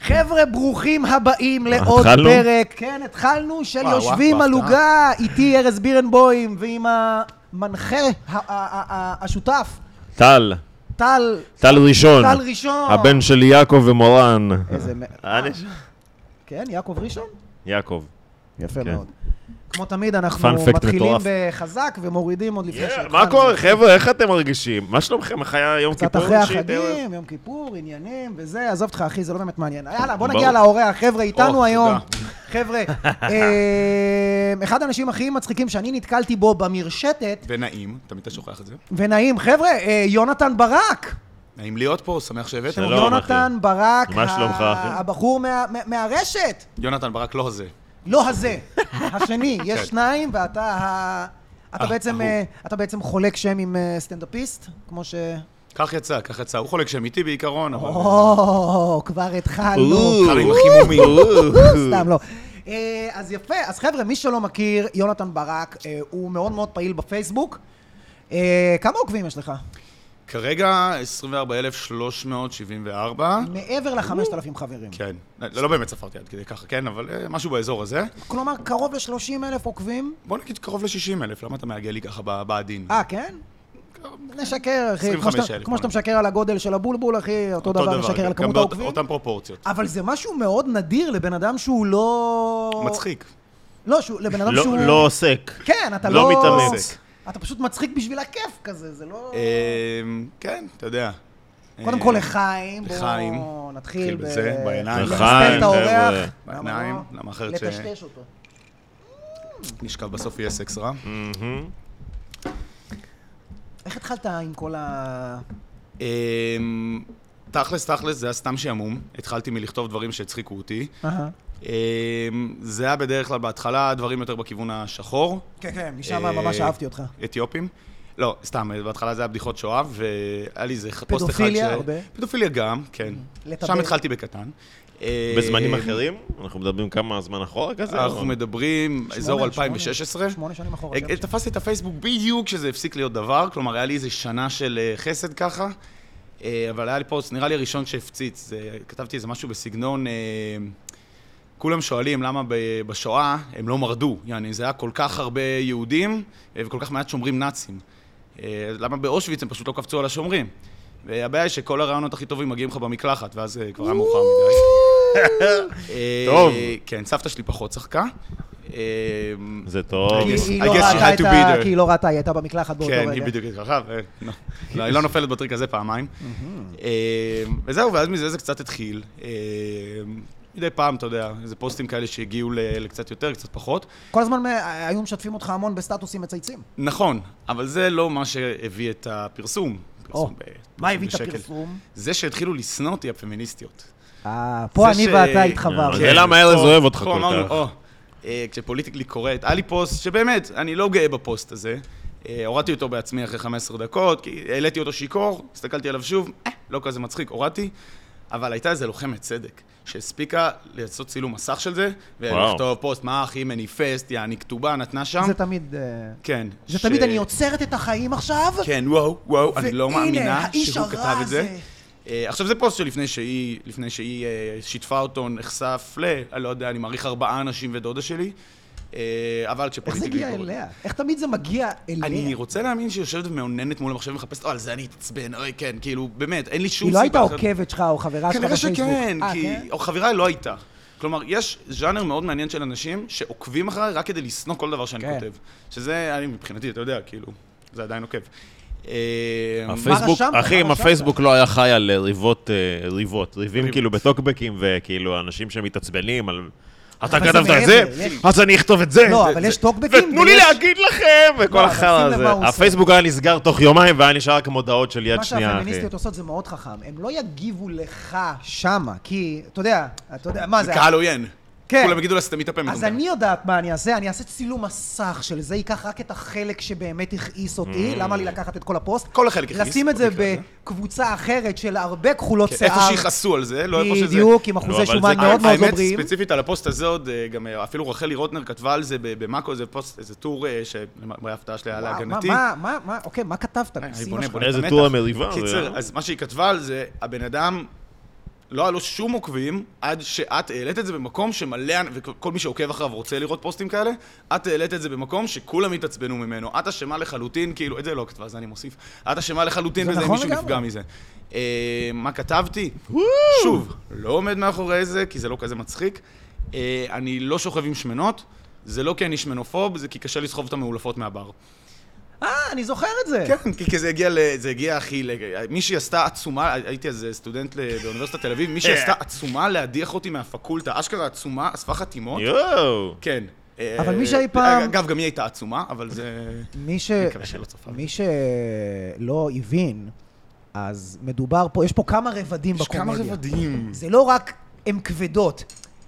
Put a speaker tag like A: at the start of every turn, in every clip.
A: חבר'ה, ברוכים הבאים לעוד
B: התחלנו?
A: פרק. כן, התחלנו של
C: וואו,
A: יושבים
C: וואו,
A: על
C: וואו,
A: עוגה, איתי ארז בירנבוים ועם המנחה, ה- ה- ה- ה- השותף,
B: טל,
A: טל.
B: טל ראשון.
A: טל ראשון.
B: הבן של יעקב ומורן.
A: איזה מ-
B: אה, אני-
A: כן, יעקב ראשון?
B: יעקב.
A: יפה
B: כן.
A: מאוד. כמו תמיד, אנחנו
B: Fun fact
A: מתחילים
B: מטורף.
A: בחזק ומורידים עוד לפני שהתחלנו.
B: מה קורה, חבר'ה, איך אתם מרגישים? מה שלומכם? איך היה יום
A: קצת
B: כיפור? אה,
A: אחרי
B: שיט, ערב?
A: החגים, יום כיפור, עניינים וזה, עזוב אותך אחי, זה לא באמת מעניין. יאללה, בוא נגיע
B: ברור.
A: לאורח, חבר'ה, איתנו
C: או,
A: היום.
C: תודה.
A: חבר'ה, אה, אחד האנשים הכי מצחיקים שאני נתקלתי בו במרשתת,
C: ונעים, תמיד אתה שוכח את זה.
A: ונעים, חבר'ה, אה, יונתן ברק.
C: נעים להיות פה, שמח שהבאתם.
B: שלום.
C: אותי.
A: יונתן ברק,
B: מה
A: ה-
B: שלומך, אחי?
A: הבחור מה- מה- מהרשת.
C: יונתן ברק לא הזה.
A: לא הזה, השני,
C: כן.
A: יש שניים, ואתה ה... אתה
C: אה,
A: בעצם,
C: ההוא.
A: אה, אתה בעצם חולק שם עם אה, סטנדאפיסט, כמו ש...
B: אה.
C: כך יצא, כך יצא. הוא חולק שם איתי בעיקרון, אבל... לא,
A: או, כבר התחלנו.
B: או,
C: חברים הכי מומים.
A: סתם לא. אה, אז יפה, אז חבר'ה, מי שלא מכיר, יונתן ברק, אה, הוא מאוד מאוד פעיל בפייסבוק. אה, כמה עוקבים יש לך?
C: כרגע 24,374.
A: מעבר ל-5,000 חברים.
C: כן. לא לא באמת ספרתי עד כדי ככה, כן, אבל אה, משהו באזור הזה.
A: כלומר, קרוב ל-30 אלף עוקבים.
C: בוא נגיד קרוב ל-60 אלף, למה אתה מעגל לי ככה ב- בעדין?
A: אה, כן? נשקר, אחי. כמו
C: 25,000,
A: שאתה- כמו
C: בוא
A: שאתה
C: נגיד.
A: משקר על הגודל של הבולבול, אחי, אותו דבר
C: גם-
A: משקר על
C: כן. גם
A: כמות
C: באות-
A: העוקבים. אה,
C: אותן פרופורציות.
A: אבל זה משהו מאוד נדיר לבן אדם שהוא לא...
C: מצחיק.
A: לא, שהוא- לבן אדם
B: לא-
A: שהוא...
B: לא עוסק.
A: כן, אתה לא...
B: לא מתאמץ.
A: אתה פשוט מצחיק בשביל הכיף כזה, זה לא...
C: אמ, כן, אתה יודע.
A: קודם
C: אה,
A: כל לחיים,
C: לחיים.
A: בואו נתחיל
C: נתחיל בזה, בעיניים.
A: לחיים,
B: לחיים,
A: את האורח.
B: חבר'ה.
A: למה
C: בעיניים,
A: לא?
C: למה אחרת ש-
A: לטשטש אותו.
C: נשכב בסוף יהיה סקס רע.
B: מהמם.
A: איך התחלת עם כל ה...
C: אמ, תכלס, תכלס, זה היה סתם שעמום. התחלתי מלכתוב דברים שהצחיקו אותי.
A: אהה.
C: אמ, זה היה בדרך כלל בהתחלה דברים יותר בכיוון השחור,
A: כן, כן, משם
C: אה,
A: ממש אהבתי אותך.
C: אתיופים. לא, סתם, בהתחלה זה היה בדיחות שואה, והיה לי איזה פוסט אחד ש...
A: פדופיליה הרבה?
C: פדופיליה גם, כן.
A: לטבל.
C: שם התחלתי בקטן. אה,
B: בזמנים אחרים? אנחנו מדברים כמה זמן אחורה כזה?
C: אנחנו
B: או-
C: מדברים, אזור
A: שמונה,
C: 2016.
A: שמונה שנים אחורה.
C: אה,
A: כן.
C: אה, תפסתי את הפייסבוק בדיוק כשזה הפסיק להיות דבר, כלומר, היה לי איזה שנה של אה, חסד ככה, אה, אבל היה לי פוסט, נראה לי הראשון שהפציץ, זה- כתבתי איזה משהו בסגנון, אה, כולם שואלים למה ב- בשואה הם לא מרדו, יעני, זה היה כל כך הרבה יהודים אה, וכל כך מעט שומרים נאצים. אה, למה באושוויץ הם פשוט לא קפצו על השומרים? והבעיה היא שכל הרעיונות הכי טובים מגיעים לך במקלחת, ואז אה, כבר היה מאוחר מדי. אה,
B: טוב.
C: כן, סבתא שלי פחות צחקה. אה,
B: זה טוב.
A: כי היא
C: אוקיי. I
A: לא
C: guess she
A: ראתה
C: had
A: את
C: to
A: ה...
C: be there.
A: כי היא לא ראתה, היא הייתה במקלחת באותו רגע.
C: כן, היא בדיוק התרחב, לא, היא לא נופלת בטריק הזה פעמיים. אה, וזהו, ואז מזה זה קצת התחיל. אה, מדי פעם, אתה יודע, איזה פוסטים כאלה שהגיעו ל- לקצת יותר, קצת פחות.
A: כל הזמן אה, היו משתפים אותך המון בסטטוסים מצייצים.
C: נכון, אבל זה לא מה שהביא את הפרסום. פרסום ב-
A: מה הביא את
C: בשקל.
A: הפרסום?
C: זה שהתחילו לשנוא אותי, הפמיניסטיות.
A: אה, פה
C: זה
A: אני
C: ש-
A: ואתה התחברנו.
B: כן. זה למה ארז
C: פה-
B: אוהב אותך כל
C: פה אמרנו,
B: כך.
C: "או, אה, כשפוליטיקלי קורקט, היה לי פוסט שבאמת, אני לא גאה בפוסט הזה. אה, הורדתי אותו בעצמי אחרי 15 דקות, כי העליתי אותו שיכור, הסתכלתי עליו שוב, אה, לא כזה מצחיק, הורדתי. אבל הייתה איזה לוחמת צדק, שהספיקה לעשות צילום מסך של זה,
B: וואו.
C: ולכתוב פוסט, מה אחי מניפסט, יעני כתובה, נתנה שם.
A: זה תמיד... אה,
C: כן.
A: זה
C: ש-
A: תמיד אני עוצרת את החיים עכשיו?
C: כן, וואו, וואו, אני לא
A: והנה,
C: מאמינה
A: האיש
C: שהוא
A: הרע
C: כתב את זה.
A: הזה.
C: אה, עכשיו, זה פוסט שלפני שהיא, לפני שהיא אה, שיתפה אותו, נחשף ל... אני לא יודע, אני מעריך ארבעה אנשים ודודה שלי, אה, אבל
A: איך זה
C: כשפוליטיקלי...
A: הגיע
C: קורקט-
A: אליה? איך תמיד זה מגיע אליה?
C: אני רוצה להאמין שהיא יושבת ומאוננת מול המחשב ומחפשת, או, על זה אני אתעצבן, אוי, כן, כאילו, באמת, אין לי שום
A: היא לא הייתה
C: אחרת.
A: עוקבת שלך או חברה שלך
C: כנראה
A: בפייסבוק.
C: שכן,
A: אה,
C: כי...
A: כן?
C: או חברה לא הייתה. כלומר, יש ז'אנר מאוד מעניין של אנשים שעוקבים אחריי רק כדי לשנוא כל דבר שאני
A: כן.
C: כותב. שזה, אני מבחינתי, אתה יודע, כאילו, זה עדיין עוקב. אה,
B: הפייסבוק,
A: מה רשמת?
B: אחי,
A: מה
B: אם
A: רשמת?
B: הפייסבוק לא היה חי על אה, ריבות, אה, ריבות, ריבים כאילו בטוקבקים וכאילו אנשים שמתעצבנים על... אתה
A: אבל זה
B: כתבת
A: מעבר,
B: את זה?
A: יש-
B: אז אני אכתוב את זה.
A: לא,
B: זה-
A: אבל
B: זה-
A: יש טוקבקים,
B: ותנו לי
A: ויש-
B: להגיד לכם!
A: לא,
B: וכל
A: אבל שים
B: החרא
A: לב מה הוא
B: הזה.
A: עושה.
B: הפייסבוק היה נסגר תוך יומיים והיה נשאר רק מודעות של יד
A: מה
B: שנייה, אחי.
A: שהפמיניסטיות עושות זה מאוד חכם. הם לא יגיבו לך שמה, כי, אתה יודע, אתה יודע, מה זה...
C: קהל עוין.
A: כן.
C: כולם יגידו לה, סתמי את הפה
A: אז
C: מגונדר.
A: אני יודעת מה אני אעשה, אני אעשה צילום מסך של זה, ייקח רק את החלק שבאמת הכעיס אותי, למה לי לקחת את כל הפוסט?
C: Mm. כל החלק הכעיס,
A: לשים את זה
C: במקרה הזה.
A: בקבוצה אחרת של הרבה כחולות שיער.
C: כן. איפה שיכעסו על זה, לא איפה שזה...
A: בדיוק, עם
B: לא,
A: אחוזי
B: אבל
A: שומן
B: זה-
A: מאוד מאוד לא
C: האמת,
A: בריאים.
C: ספציפית על הפוסט הזה עוד, אה, גם אה, אפילו רחלי רוטנר כתבה על זה ב- במאקו, איזה פוסט, איזה טור, אה, שלמרבה ההפתעה שלי היה
A: וואו, מה,
C: להגנתי.
A: מה, מה, מה, אוקיי, מה כתבת?
C: אה, אני
A: שים
C: בונה,
A: משהו.
C: בונה.
B: איזה
C: מתח.
B: טור המריבה. זה-
C: קיצר, אז מה שהיא כתבה על זה, הבן אדם לא היה לו שום עוקבים עד שאת העלית את זה במקום שמלא, וכל מי שעוקב אחריו רוצה לראות פוסטים כאלה, את העלית את זה במקום שכולם התעצבנו ממנו. את אשמה לחלוטין, כאילו, את זה לא כתבה, אז אני מוסיף. את אשמה לחלוטין
A: זה
C: בזה אם
A: נכון
C: מישהו
A: לגמרי.
C: נפגע מזה. אה, מה כתבתי? שוב, לא עומד מאחורי זה, כי זה לא כזה מצחיק. אה, אני לא שוכב עם שמנות, זה לא כי אני שמנופוב, זה כי קשה לסחוב את המאולפות מהבר.
A: אה, אני זוכר את זה.
C: כן, כי כי זה הגיע, ל- זה הגיע הכי... ל- מישהי עשתה עצומה, הייתי אז אה, סטודנט ל- באוניברסיטת תל אביב,
B: אה.
C: מישהי עשתה עצומה להדיח אותי מהפקולטה, אשכרה עצומה, אספה חתימות.
B: יואו.
C: כן. אה,
A: אבל מי שהי פעם-
C: אגב, גם היא הייתה עצומה, אבל זה...
A: מי ש...
C: מקווה שלא צפה.
A: מי שלא הבין, אז מדובר פה, יש פה כמה רבדים
C: יש
A: בקומדיה.
C: כמה רבדים.
A: זה לא רק הן כבדות.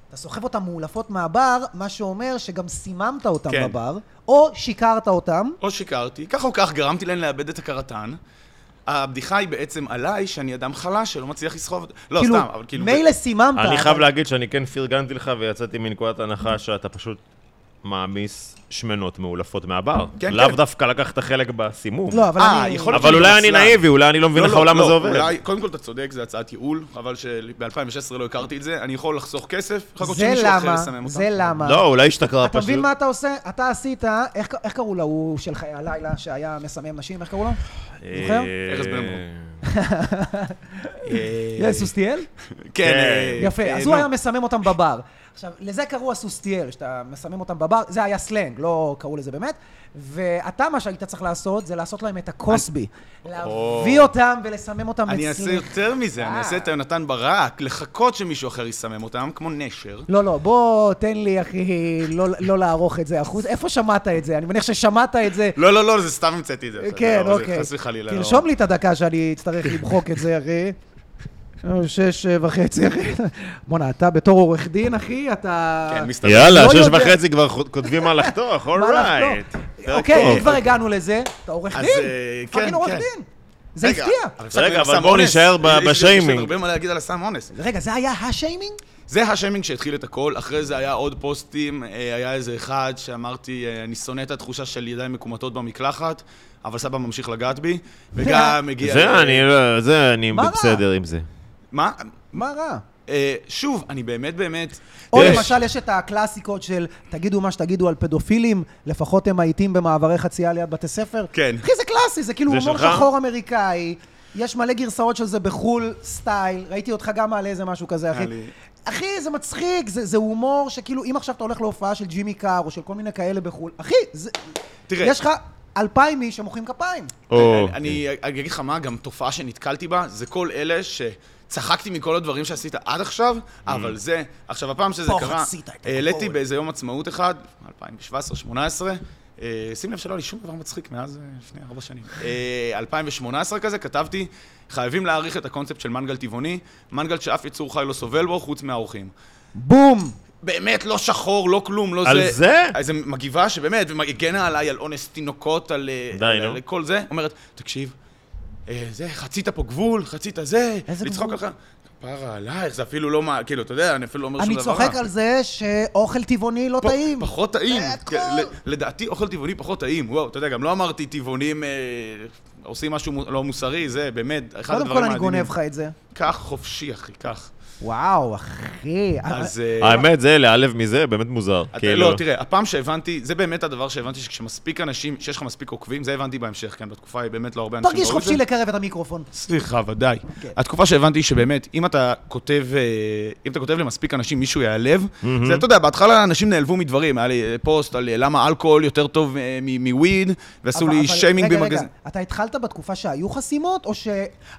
A: אתה סוחב אותן מאולפות מהבר, מה שאומר שגם סיממת אותן
C: כן.
A: בבר, או שיקרת אותן.
C: או שיקרתי, כך או כך גרמתי להן לאבד את הכרתן. הבדיחה היא בעצם עליי, שאני אדם חלש שלא מצליח לסחוב... את- לא, סתם, אבל כאילו...
A: מילא סיממת.
B: אני חייב
A: אבל-
B: להגיד שאני כן פרגנתי לך ויצאתי מנקודת הנחה שאתה פשוט מעמיס שמנות מאולפות מהבר.
C: כן,
B: לאו
C: כן.
B: דווקא לקחת חלק בסימום.
A: לא, אבל
C: אה,
A: אני...
C: יכול להיות
B: אבל
C: שאני
B: אולי אני
C: רוסלן.
B: נאיבי, אולי אני לא מבין
C: לא,
B: איך
C: לא,
B: העולם
C: לא,
B: הזה עובד.
C: אולי, קודם כל אתה צודק, זה הצעת ייעול, חבל שב-2016 לא הכרתי את זה, אני יכול לחסוך כסף, לחכות
A: זה
C: שמישהו אחר
A: למה,
C: יסמם אותם.
A: זה למה.
B: לא, אולי השתכרה
A: אתה מבין
B: פשוט.
A: מה אתה עושה? אתה עשית, איך ק- איך קראו להוא של חיי הלילה שהיה מסמם נשים, איך קראו לו?
B: אה,
A: זוכר?
C: ארז בן
A: אה, סוסטיאל?
C: כן, אה,
A: יפה,
C: אה,
A: אז הוא
C: נו.
A: היה מסמם אותם בבר. עכשיו, לזה קראו הסוסטיאל, שאתה מסמם אותם בבר, זה היה סלנג, לא קראו לזה באמת. ואתה, מה שהיית צריך לעשות, זה לעשות להם את הקוסבי. להביא אותם ולסמם אותם
C: אני אעשה
A: אצלי.
C: יותר מזה, אני
A: אה.
C: אעשה את יונתן ברק, לחכות שמישהו אחר יסמם אותם, כמו נשר.
A: לא, לא, בוא, תן לי, אחי, לא- לא לערוך את זה החוץ. איפה שמעת את זה? אני מניח ששמעת את זה.
C: לא, לא, לא, זה סתם המצאתי את זה. עכשיו,
A: כן,
C: לא, זה
A: אוקיי.
C: חס וחלילה. לא.
A: תרשום לי את הדקה שאני אצטרך למחוק את זה, אחי. שש וחצי, אחי. בואנה, אתה בתור עורך דין, אחי, אתה...
C: כן, מסתבר.
B: יאללה,
A: לא
B: שש
A: יודע.
B: וחצי כבר חו- כותבים מה לחתוך,
A: מה לחתוך?
B: אורייט.
A: אוקיי, אם כבר הגענו לזה, אתה עורך
C: אז,
A: דין?
C: אה, כן,
A: פאקינג עורך
C: כן.
A: דין. זה
C: רגע,
A: הפתיע.
C: אבל הפסקנו
B: רגע,
C: עם
B: אבל
C: הסם
B: בואו
C: אונס.
B: נשאר ב-
C: יש לי- יש
B: בשיימינג.
C: לי הרבה מה להגיד על הסם אונס.
A: רגע, זה היה השיימינג?
C: זה השיימינג שהתחיל את הכל, אחרי זה היה עוד פוסטים, אה, היה איזה אחד שאמרתי, אה, אני שונא את התחושה של ידיים מקומטות במקלחת, אבל סבא ממשיך לגעת בי, וגם הגיע... אה,
B: זה אני, לא- זה אני
A: מה רע?
B: בסדר עם זה.
C: מה?
A: מה רע?
C: אה, שוב, אני באמת באמת...
A: או
B: יש.
A: למשל, יש את הקלאסיקות של תגידו מה שתגידו על פדופילים, לפחות הם מאיטים במעברי חצייה ליד בתי ספר.
C: כן.
A: אחי, זה קלאסי, זה כאילו
B: זה
A: הומור
B: שלך?
A: שחור אמריקאי. יש מלא גרסאות של זה בחו"ל, סטייל. ראיתי אותך גם מעלה איזה משהו כזה, אחי.
C: היה לי-
A: אחי, זה מצחיק, זה זה הומור שכאילו, אם עכשיו אתה הולך להופעה של ג'ימי קאר או של כל מיני כאלה בחו"ל, אחי, זה-
C: תראה,
A: יש לך אלפיים איש שמוחאים כפיים.
B: או,
C: אני- אני אגיד לך מה, גם תופעה שנתקלתי בה, זה כל אלה שצחקתי מכל הדברים שעשית עד עכשיו, אבל זה, עכשיו הפעם שזה
A: פה
C: קרה, אה,
A: חצית את
C: העליתי
A: הכל.
C: באיזה יום עצמאות אחד, 2017-2018, אה, שים לב שלא היה לי שום דבר מצחיק מאז אה, לפני ארבע שנים. אה, 2018 כזה, כתבתי, חייבים להעריך את הקונספט של מנגל טבעוני, מנגל שאף יצור חי לא סובל בו, חוץ מהאורחים.
A: בום!
C: באמת, לא שחור, לא כלום, לא זה.
B: על זה?
C: איזה מגיבה שבאמת, והגנה עליי על אונס תינוקות, על... אה,
B: די,
C: על-
B: נו.
C: על כל זה. אומרת, תקשיב, אה, זה, חצית פה גבול, חצית זה,
A: איזה
C: לצחוק
A: גבול?
C: עליך. כפרה עלייך, זה אפילו לא מה... כאילו, אתה יודע, אני אפילו לא אומר שום
A: אני
C: דבר.
A: צוחק
C: רע.
A: על זה שאוכל טבעוני לא
C: פ-
A: טעים.
C: פחות טעים.
A: זה
C: כן,
A: הכל.
C: ל- לדעתי, אוכל טבעוני פחות טעים. וואו, אתה יודע, גם לא אמרתי טבעונים אה, עושים משהו מו- לא מוסרי, זה באמת אחד
A: קודם
C: הדברים
A: כל אני
C: העדינים.
A: גונב לך את זה.
C: קח חופשי, אחי, קח.
A: וואו, אחי.
C: אז... אה,
B: האמת, זה להיעלב מזה, באמת מוזר.
C: אתה-
B: כאילו.
C: לא, תראה, הפעם שהבנתי, זה באמת הדבר שהבנתי, שכשמספיק אנשים, שיש לך מספיק עוקבים, זה הבנתי בהמשך, כן, בתקופה היא באמת לא הרבה אנשים
A: תרגיש
C: ראו את
A: חופשי
C: זה.
A: לקרב את המיקרופון.
C: סליחה, ודאי.
A: כן.
C: התקופה שהבנתי שבאמת, אם אתה כותב, אה, אם אתה כותב למספיק אנשים, מישהו ייעלב, זה, אתה יודע, בהתחלה אנשים נעלבו מדברים, היה לי אה, פוסט על אה, למה אלכוהול יותר טוב אה, מ- מוויד, ועשו
A: אבל-
C: לי
A: אבל-
C: שיימינג
A: רגע,
C: במגזין.
A: רגע, אתה התחלת בתקופה שהיו חסימות, או ש...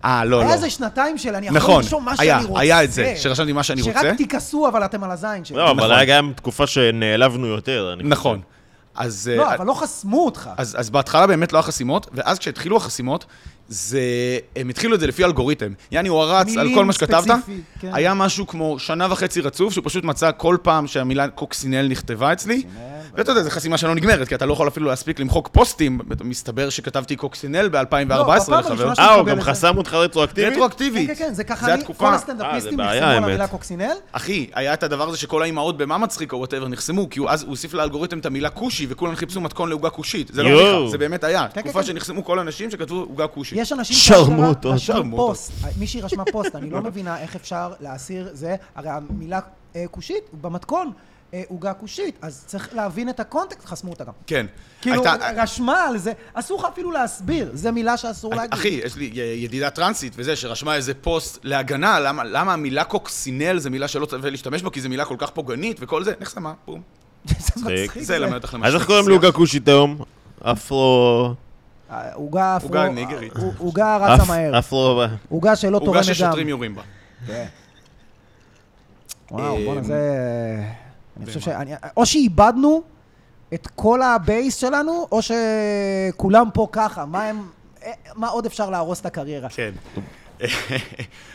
C: אה, לא,
A: היה
C: לא.
A: איזה שנתיים של אני יכול
C: נכון,
A: לרשום מה
C: היה,
A: שאני רוצה.
C: היה את זה, שרשמתי מה שאני רוצה.
A: שרק תיכעסו, אבל אתם על הזין שלי.
B: לא, אבל
C: נכון.
B: היה גם תקופה שנעלבנו יותר. אני
C: נכון. אז... אה,
A: לא, אבל לא חסמו אותך.
C: אז, אז בהתחלה באמת לא היה חסימות, ואז כשהתחילו החסימות, זה... הם התחילו את זה לפי אלגוריתם. יעני, הוא הרץ על
A: מילים
C: כל מה שכתבת,
A: ספציפי, כן.
C: היה משהו כמו שנה וחצי רצוף, שהוא פשוט מצא כל פעם שהמילה קוקסינל נכתבה אצלי, ואתה יודע, זו חסימה שלא נגמרת, כי אתה לא יכול אפילו להספיק למחוק פוסטים. מסתבר שכתבתי קוקסינל ב-2014
A: לא, בפעם
C: לחבר.
A: הראשונה
B: אה, הוא
A: קיבל
B: גם
A: את זה.
B: חסם אותך רטרואקטיבית?
C: רטרואקטיבית.
A: כן, כן, זה ככה,
C: זה
A: אני- כל
C: התקופה.
A: הסטנדאפיסטים
B: אה, זה
A: נחסמו
B: בעיה,
A: על
B: האמת.
A: המילה קוקסינל.
C: אחי, היה את הדבר הזה שכל האימהות במה מצחיק או וואטאבר נחסמו, כי הוא אז הוא הוסיף לאלגוריתם את המילה כושי, וכולם חיפשו מתכון לעוגה כושית. זה לא
B: יואו.
C: בדיחה, זה באמת היה.
A: כן,
C: תקופה
A: כן.
C: שנחסמו כל האנשים שכתבו עוגה כושי.
A: יש אנשים שאשכרה
B: שרמוטות.
A: רשמו
C: שרמוטות.
A: פוסט, אה, מישהי רשמה פוסט, אני לא מבינה איך אפשר להסיר זה, הרי המילה אה, כושית, במתכון, אה, עוגה כושית, אז צריך להבין את הקונטקסט, חסמו אותה גם.
C: כן.
A: כאילו,
C: הייתה-
A: רשמה על זה, אסור לך אפילו להסביר, זו מילה שאסור להגיד.
C: אה, אחי, יש לי י- ידידה טרנסית וזה, שרשמה איזה פוסט להגנה, למה, למה המילה קוקסינל זו מילה שלא צריך להשתמש בה, כי זו מילה כל כך פוגענית וכל זה, נחסמה, בום.
A: זה מצחיק.
C: זה למד אותך למשל.
B: אז איך קוראים לעוגה כושית היום? אפרו...
A: אה, עוגה אפרו...
C: עוגה ניגרית.
A: אה, עוגה רצה
B: אפ-
A: מהר.
C: אה,
B: אפרו...
A: עוגה שלא תורמת דם.
C: עוגה ששוטרים יורים בה.
A: כן. וואו,
C: אה,
A: בואנה, זה... אני חושב
C: ומה?
A: ש... אני- או שאיבדנו את כל הבייס שלנו, או שכולם פה ככה. מה הם... אה, מה עוד אפשר להרוס את הקריירה?
C: כן.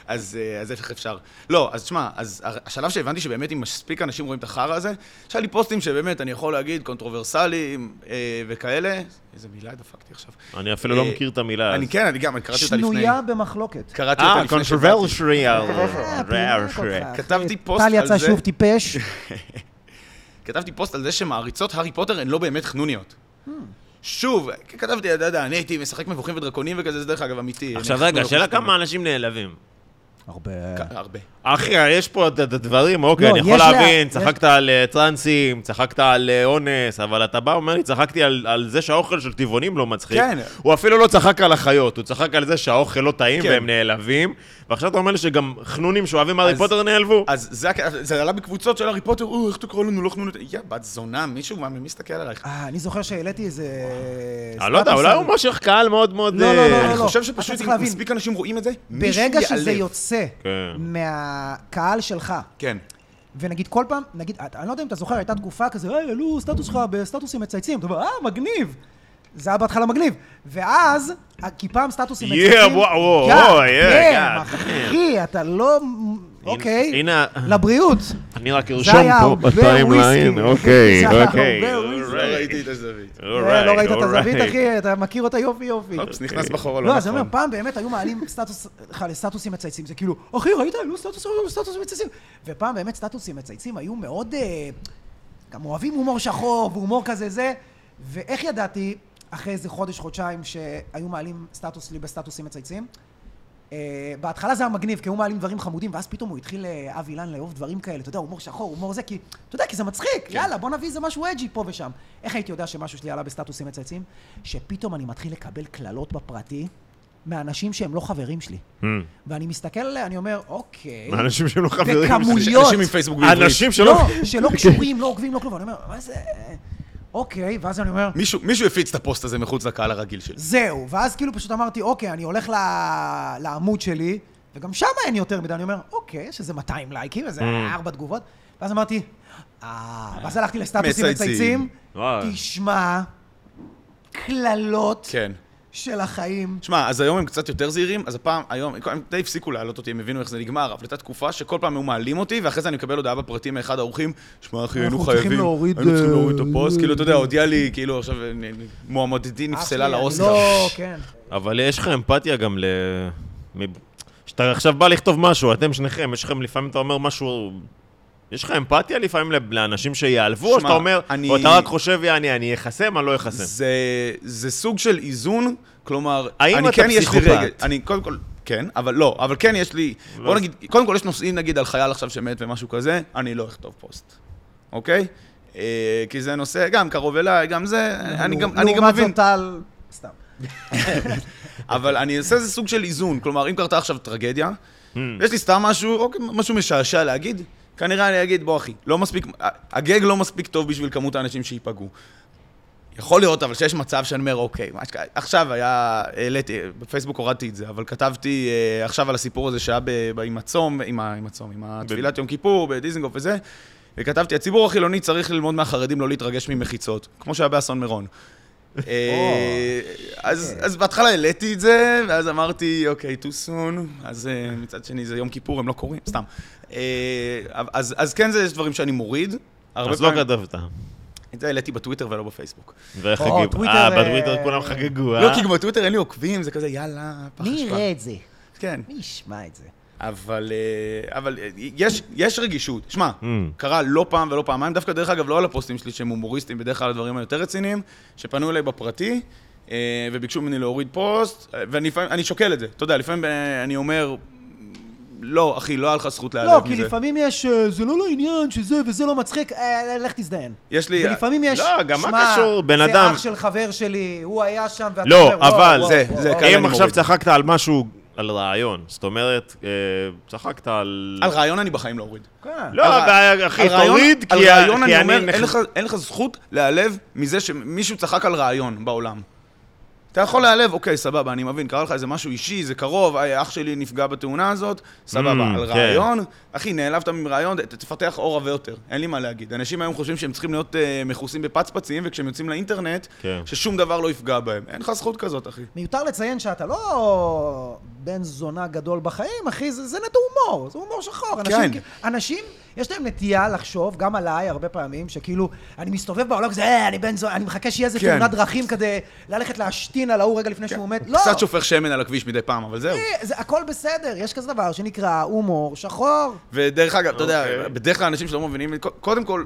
C: אז, אה, אז איך אפשר? לא, אז תשמע, אז הר- השלב שהבנתי שבאמת אם מספיק אנשים רואים את החרא הזה, יש לי פוסטים שבאמת אני יכול להגיד קונטרוברסליים אה, וכאלה. איזה מילה דפקתי עכשיו.
B: אני אפילו לא
C: אה,
B: מכיר את המילה.
C: אני כן, אני גם, אני קראתי אותה לפני.
A: שנויה במחלוקת.
C: קראתי אותה
B: אה,
C: לפני. שבאתי.
B: קונטרוברשריאל.
A: אה, פירק אותך, אחי.
C: כתבתי פוסט
A: טל
C: על
A: יצא
C: זה.
A: שוב טיפש.
C: כתבתי פוסט על זה שמעריצות הארי פוטר הן לא באמת חנוניות. שוב, כתבתי, אתה יודע, אני הייתי משחק מבוכים ודרקונים וכזה, זה דרך אגב אמיתי.
B: עכשיו
C: אנחנו
B: רגע,
C: לא
B: שאלה
C: חושבים.
B: כמה אנשים נעלבים.
A: הרבה...
C: כ- הרבה.
B: אחי, יש פה את את הדברים, אוקיי,
A: לא,
B: אני יכול
A: יש לה-
B: להבין,
A: יש-
B: צחקת על אה, טרנסים, צחקת על אה, אונס, אבל אתה בא ואומר לי, צחקתי על על זה שהאוכל של טבעונים לא מצחיק.
C: כן.
B: הוא אפילו לא צחק על החיות, הוא צחק על זה שהאוכל לא טעים
C: כן.
B: והם נעלבים, ועכשיו אתה אומר לי שגם חנונים שאוהבים הארי
C: אז-
B: פוטר נעלבו.
C: אז זה הכ- זה עלה בקבוצות של הארי פוטר, או, איך אתה קורא לנו, לא חנוניות? יא, בת זונה, מישהו, מה, מי מסתכל עלייך?
A: אה, אני זוכר שהעליתי איזה...
B: אני לא יודע, אולי הוא מושך קהל מאוד מאוד...
A: לא, לא, לא,
B: אה,
A: לא,
C: אני
A: לא.
C: חושב
A: אתה
C: שפשוט
A: צריך
C: אם
A: להבין.
C: מספיק אנשים רואים את זה, מישהו ייעלב.
A: ברגע שזה יוצא
B: כן.
A: מהקהל שלך,
C: כן.
A: ונגיד כל פעם, נגיד, את- אני לא יודע אם אתה זוכר, הייתה תקופה כזה, היי, העלו סטטוס שלך בסטטוסים מצייצים, אתה אומר, אה, מגניב. זה היה בהתחלה מגניב. ואז, כי פעם סטטוסים
B: Yeah,
A: מצייצים...
B: וואו, וואו,
A: גם,
B: וואו, yeah,
A: כן,
B: God.
A: אחי, אתה לא... אוקיי.
B: הנה,
A: לבריאות.
B: אני רק
A: זה היה הרבה וויסקי.
B: אוקיי,
A: זה היה הרבה וויסקי.
C: לא ראיתי את הזווית.
A: אה, לא ראית את
B: אוקיי.
A: הזווית, אחי? אתה מכיר אותה יופי יופי.
C: אופס, נכנס בחור הלא
A: לא, אז אני
C: נכון.
A: אומר, פעם באמת היו מעלים סטטוס, לך לסטטוסים מצייצים, זה כאילו, אחי, ראית, היו סטטוסים, סטטוסים מצייצים. ופעם באמת סטטוסים מצייצים היו מאוד, אה, גם אוהבים הומור שחור והומור כזה זה, ואיך ידעתי, אחרי איזה חודש, חודשיים, שהיו מעלים סטטוס שלי בסטטוסים מצייצים? אה, בהתחלה זה היה מגניב, כי היו מעלים דברים חמודים, ואז פתאום הוא התחיל, אה, אבי אילן, לאהוב דברים כאלה, אתה יודע, הומור שחור, הומור זה, כי, אתה יודע, כי זה מצחיק, יאללה, בוא נביא איזה משהו אג'י פה ושם. איך הייתי יודע שמשהו שלי עלה בסטטוסים מצייצים? שפתאום אני מתחיל לקבל קללות בפרטי מאנשים שהם לא חברים שלי. ואני מסתכל עליה, אני אומר, אוקיי,
B: Hmm. אנשים שהם לא חברים.
A: בכמויות.
C: אנשים עם פייסבוק בעברית.
B: אנשים שלא...
A: לא, שלא קשורים, לא עוקבים, לא כלום, ואני אומר, מה זה... אוקיי, ואז אני אומר,
C: מישהו מישהו הפיץ את הפוסט הזה מחוץ לקהל הרגיל שלי.
A: זהו, ואז כאילו פשוט אמרתי, אוקיי, אני הולך ל... לעמוד שלי, וגם שם אין יותר מדי, אני אומר, אוקיי, יש איזה 200 לייקים, איזה ארבע תגובות, ואז אמרתי, אה, ואז הלכתי לסטטוסים
C: מצייצים.
A: מצייצים,
B: וואי.
A: תשמע, קללות
C: כן.
A: של החיים.
C: שמע, אז היום הם קצת יותר זהירים, אז הפעם, היום, הם די הפסיקו להעלות אותי, הם הבינו איך זה נגמר, אבל הייתה תקופה שכל פעם היו מעלים אותי, ואחרי זה אני מקבל הודעה בפרטים מאחד האורחים, שמע אחי, היינו
A: אנחנו
C: חייבים,
A: צריכים להוריד,
C: היינו צריכים
A: אה,
C: להוריד את הפוסט,
A: אה,
C: כאילו, אתה יודע, הודיע לי, כאילו, עכשיו אה, אה, מועמדתי
A: אח
C: נפסלה
A: שלי, אני
C: לאוסקר.
A: לא, כן.
B: אבל יש לך אמפתיה גם ל... כשאתה עכשיו בא לכתוב משהו, אתם שניכם, יש לכם לפעמים, אתה אומר משהו... יש לך אמפתיה לפעמים לב- לאנשים שיעלבו, או
C: שמע,
B: שאתה אומר,
C: אני-
B: או אתה רק חושב, יעני, אני אחסם, אני לא אחסם.
C: זה, זה סוג של איזון, כלומר,
B: האם
C: אני
B: אתה
C: כן יש לי
B: פסיכופת? לא.
C: רגע, אני קודם כל, כן, אבל לא, אבל כן יש לי, בוא נגיד, קודם כל יש נושאים נגיד על חייל עכשיו שמת ומשהו כזה, אני לא אכתוב פוסט, אוקיי? אה, כי זה נושא גם קרוב אליי, גם זה, אני גם, אני גם
A: לעומת
C: מבין.
A: זאת טל... סתם.
C: אבל אני אעשה איזה סוג של איזון. כלומר, אם קרתה עכשיו טרגדיה, יש לי סתם משהו, אוקיי, משהו משעשע להגיד, כנראה אני אגיד, בוא אחי, לא מספיק, הגג לא מספיק טוב בשביל כמות האנשים שייפגעו. יכול להיות, אבל שיש מצב שאני אומר, אוקיי, מה שקרה- עכשיו היה, העליתי, בפייסבוק הורדתי את זה, אבל כתבתי אה, עכשיו על הסיפור הזה שהיה ב- ב- עם הצום, עם ה- עם הצום, עם התפילת יום כיפור, בדיזנגוף וזה, וכתבתי, הציבור החילוני צריך ללמוד מהחרדים לא להתרגש ממחיצות, כמו שהיה באסון מירון. אה, אז אז בהתחלה העליתי את זה, ואז אמרתי, אוקיי, too soon, אז אה, מצד שני זה יום כיפור, הם לא קוראים, סתם. אה, אז אז כן, זה- יש דברים שאני מוריד. הרבה
B: אז לא
C: פעמים-
B: כתבת.
C: את זה העליתי בטוויטר ולא בפייסבוק.
B: ואיך
A: או,
B: חגגו?
A: טוויטר,
B: אה,
A: אה,
B: בטוויטר כולם חגגו, אה?
C: לא, כי גם בטוויטר אין לי עוקבים, זה כזה, יאללה, פח
A: מי
C: אשפה.
A: יראה את זה?
C: כן.
A: מי ישמע את זה?
C: אבל, אה, אבל אה, יש, יש רגישות. שמע,
B: Mm.
C: קרה לא פעם ולא פעמיים, דווקא דרך אגב לא על הפוסטים שלי שהם הומוריסטים, בדרך כלל הדברים היותר רציניים, שפנו אליי בפרטי אה, וביקשו ממני להוריד פוסט, אה, ואני לפעמים- אני שוקל את זה. אתה יודע, לפעמים אה, אני אומר, לא, אחי, לא היה לך זכות להיעלב
A: לא,
C: מזה.
A: כי לפעמים יש, אה, זה לא לעניין, שזה וזה לא מצחיק, אה, לך תזדיין.
C: יש לי...
A: ולפעמים יש,
B: לא, גם מה
A: "שמע,
B: קשור? בן
A: זה
B: אדם-
A: אח של חבר שלי, הוא היה שם ואתה
B: לא,
A: אומר, וואו,
B: אבל
A: וואו,
C: זה-
A: וואו,
C: זה
A: וואו."
C: כאן אני
B: אם עכשיו
C: מוריד.
B: צחקת על משהו, על רעיון, זאת אומרת, אה, צחקת על...
C: על רעיון אני בחיים לא אוריד.
A: כן.
B: לא,
C: על רע-
B: הבעיה,
C: על
B: אחי,
C: רעיון-
B: תוריד,
C: על
B: כי ה-
C: רעיון
B: כי
C: אני אומר,
B: נח-
C: אין לך- אין לך זכות להיעלב מזה שמישהו צחק על רעיון בעולם. אתה יכול להיעלב, אוקיי, סבבה, אני מבין, קרה לך איזה משהו אישי, זה קרוב, אה, אח שלי נפגע בתאונה הזאת, סבבה,
B: Mm,
C: על
B: כן.
C: רעיון, אחי, נעלבת מרעיון, ת- תפתח אור עבה יותר, אין לי מה להגיד. אנשים היום חושבים שהם צריכים להיות אה, מכוסים בפצפצים, וכשהם יוצאים לאינטרנט,
B: כן.
C: ששום דבר לא יפגע בהם. אין לך זכות כזאת, אחי.
A: מיותר לציין שאתה לא בן זונה גדול בחיים, אחי, זה, זה נטו הומור, זה הומור שחור. אנשים,
C: כן.
A: אנשים, יש להם נטייה לחשוב, גם עליי הרבה פעמים, שכאילו, אני מסתובב בעולם כזה, "אה, אני בן זונה, אני מחכה שיהיה איזה
C: כן.
A: תאונת דרכים כדי ללכת להשתין על ההוא רגע
B: כן.
A: לפני שהוא מת. לא,
C: קצת שופך שמן על הכביש מדי פעם, אבל זהו.
A: אחי, זה הכל בסדר, יש כזה דבר שנקרא הומור שחור.
C: ודרך אגב, אתה יודע,
B: אוקיי.
C: בדרך כלל אנשים שלא מבינים, את- קודם כל,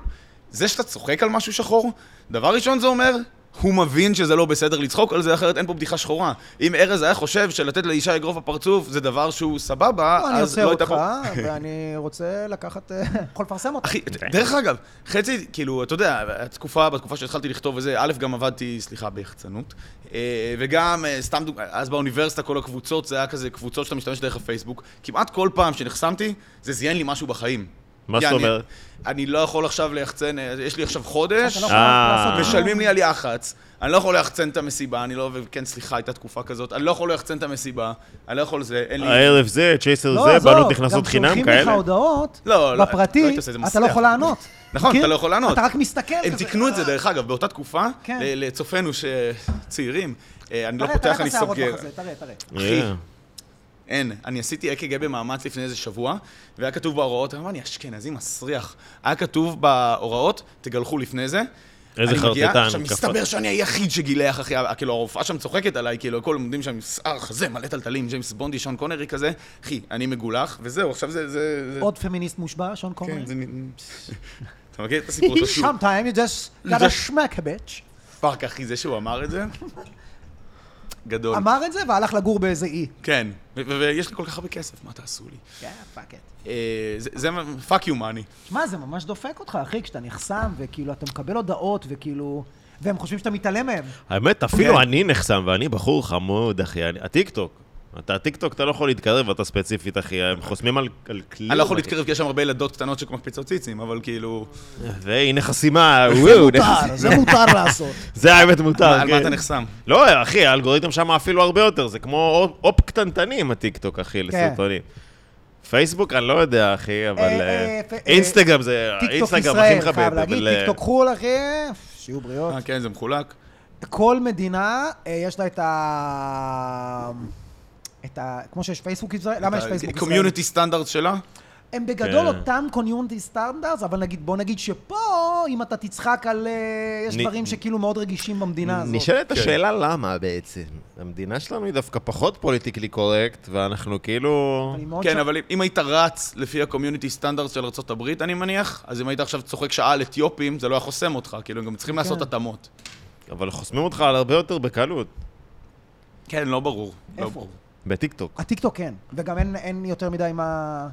C: זה שאתה צוחק על משהו שחור, דבר ראשון זה אומר, הוא מבין שזה לא בסדר לצחוק על זה, אחרת אין פה בדיחה שחורה. אם ארז היה חושב שלתת לאישה אגרוף בפרצוף זה דבר שהוא סבבה,
A: לא,
B: אה,
A: אני
C: אז
A: עוצר
C: לא הייתה
A: אותך,
C: פה...
A: ואני רוצה לקחת, אה, יכול לפרסם אותך.
C: אחי,
B: אוקיי.
C: דרך אגב, חצי, כאילו, אתה יודע, התקופה, בתקופה שהתחלתי לכתוב וזה, א', גם עבדתי, סליחה, ביחצנות, אה, וגם, אה, סתם דוגמא, אז באוניברסיטה כל הקבוצות, זה היה כזה קבוצות שאתה משתמש דרך הפייסבוק. כמעט כל פעם שנחסמתי, זה זיין לי משהו בחיים.
B: מה זאת
C: יעני,
B: אומרת?
C: אני לא יכול עכשיו ליחצן, אה, יש לי עכשיו חודש,
A: אתה לא יכול
B: אה.
A: לעשות כלום.
C: משלמים לי על יח"צ, אני לא יכול ליחצן את המסיבה, אני לא, וכן, סליחה, הייתה תקופה כזאת, אני לא יכול ליחצן את המסיבה, אני לא יכול זה, אין לי...
B: הערב זה, צ'ייסר
A: לא,
B: זה,
A: עזוב,
B: בנות נכנסות חינם
A: גם שולחים לך
B: כאלה?
A: הודעות,
C: לא, לא, לא
A: בפרטי,
C: היית עושה את זה
A: אתה לא
C: מסריח.
A: יכול לענות.
C: נכון,
A: מכיר?
C: אתה לא יכול לענות.
A: אתה רק מסתכל.
C: הם
A: כזה,
C: תיקנו את זה,
A: אה,
C: דרך אגב, באותה תקופה,
A: כן.
C: ל- לצופינו שצעירים, אה, אני לא
A: תראה,
C: פותח,
A: תראה
C: אני
A: את השערות
C: סוגר.
A: בחזה, תראה, תראה.
C: אחי.
B: אה.
C: אין, אני עשיתי אק"ג במאמץ לפני איזה שבוע, והיה כתוב בהוראות, אמרתי, אשכנזי מסריח. היה כתוב בהוראות, תגלחו לפני זה.
B: איזה
C: אני מגיע,
B: חרטטן,
C: עכשיו,
B: קפץ.
C: מסתבר שאני היחיד שגילח, אחי, ה- כאילו, הרופאה שם צוחקת עליי, כאילו, כל עומדים שם עם שיער חזה מלא טלטלים, ג'יימס בונדי, שון קונרי כזה, אחי, אני מגולח, וזהו, עכשיו זה... זה- זה-
A: עוד פמיניסט מושבע, שון קומרי.
C: כן, זה... נ- אתה מכיר את הסיפור הזה שהוא...
A: Sometimes you just got a smack a bitch.
C: פאק, אחי, זה שהוא אמר את זה? גדול.
A: אמר את זה והלך לגור באיזה אי.
C: כן, ו- ו- ויש לי כל כך הרבה כסף, מה תעשו לי?
A: כן, פאק את.
C: אה, זה- זה פאק יו מאני.
A: שמע, זה ממש דופק אותך, אחי, כשאתה נחסם, וכאילו, אתה מקבל הודעות, וכאילו... והם חושבים שאתה מתעלם מהם.
B: האמת, אפילו
C: כן.
B: אני נחסם, ואני בחור חמוד, אחי. אני- הטיקטוק. אתה הטיקטוק, אתה לא יכול להתקרב, אתה ספציפית, אחי. הם חוסמים על על כלי.
C: אני לא יכול
B: אחי.
C: להתקרב, כי יש שם הרבה ילדות קטנות שמקפיצות ציצים, אבל כאילו...
B: והנה חסימה, וואו, נכס-
A: מותר, זה מותר לעשות.
B: זה האמת מותר,
C: על מה
B: כן.
C: אתה נחסם?
B: לא, אחי, האלגוריתם שם אפילו הרבה יותר, זה כמו אופ- אופ קטנטנים, הטיקטוק,
A: כן.
B: אחי, לסרטונים. פייסבוק, אני לא יודע, אחי, אבל...
A: אה,
B: אה,
A: אה, פ-
B: אינסטגרם זה...
C: אה,
A: טיקטוק
B: אינסטגרם הכי
A: ישראל,
B: מכבד,
A: חייב להגיד,
B: אבל, אה,
A: טיקטוק חו"ל, אחי, שיהיו בריאות.
C: אה, כן, זה מחולק.
A: כל מדינה, אה, יש לה את ה... את ה... כמו שיש פייסבוק ישראל, למה יש
C: אה,
A: פייסבוק ישראל?
C: קומיוניטי סטנדרט שלה?
A: הם בגדול
B: כן.
A: אותם קומיוניטי סטנדרטס, אבל נגיד, בוא נגיד שפה, אם אתה תצחק על... אה, יש
B: נ-
A: דברים שכאילו מאוד רגישים במדינה הזאת.
B: נשאלת
C: כן.
B: השאלה למה בעצם. המדינה שלנו היא דווקא פחות פוליטיקלי קורקט, ואנחנו כאילו...
A: אני מאוד
C: כן,
A: שם-
C: אבל אם- אם היית רץ לפי הקומיוניטי סטנדרט של ארה"ב, אני מניח, אז אם היית עכשיו צוחק שעה על אתיופים, זה לא היה חוסם אותך, כאילו, הם גם
A: כן.
C: צריכים לעשות התאמות.
B: אבל חוסמים אותך על הרבה יותר בקלות,
C: כן, לא ברור. לא
A: איפה?
C: ברור.
B: בטיקטוק.
A: הטיקטוק כן, וגם אין, אין יותר מדי מה...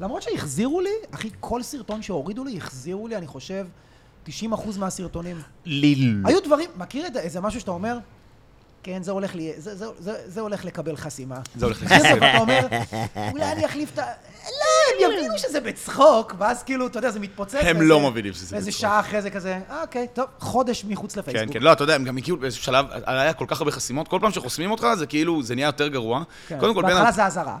A: למרות שהחזירו לי, אחי, כל סרטון שהורידו לי, החזירו לי, אני חושב, 90% מהסרטונים.
B: ליל.
A: היו דברים, מכיר את זה- איזה משהו שאתה אומר? כן, זה הולך, לי, זה, זה, זה, זה הולך לקבל חסימה.
C: זה הולך
A: מכיר את זה,
C: לחסימה.
A: ואתה אומר, אולי אני אחליף את ה... לא, הם יבינו שזה בצחוק, ואז כאילו, אתה יודע, זה מתפוצץ.
C: הם
A: וזה-
C: לא מבינים שזה
A: איזה
C: בצחוק.
A: שעה אחרי זה כזה, "אה, אוקיי, טוב, חודש מחוץ
C: כן,
A: לפייסבוק.
C: כן, לא, אתה יודע, הם גם הגיעו באיזשהו שלב, היה כל כך הרבה חסימות, כל פעם שחוסמים אותך, זה כאילו, זה נהיה יותר גרוע. קודם
A: כן,
C: כל, בין
A: בהתחלה
C: ה-
A: זה אזהרה.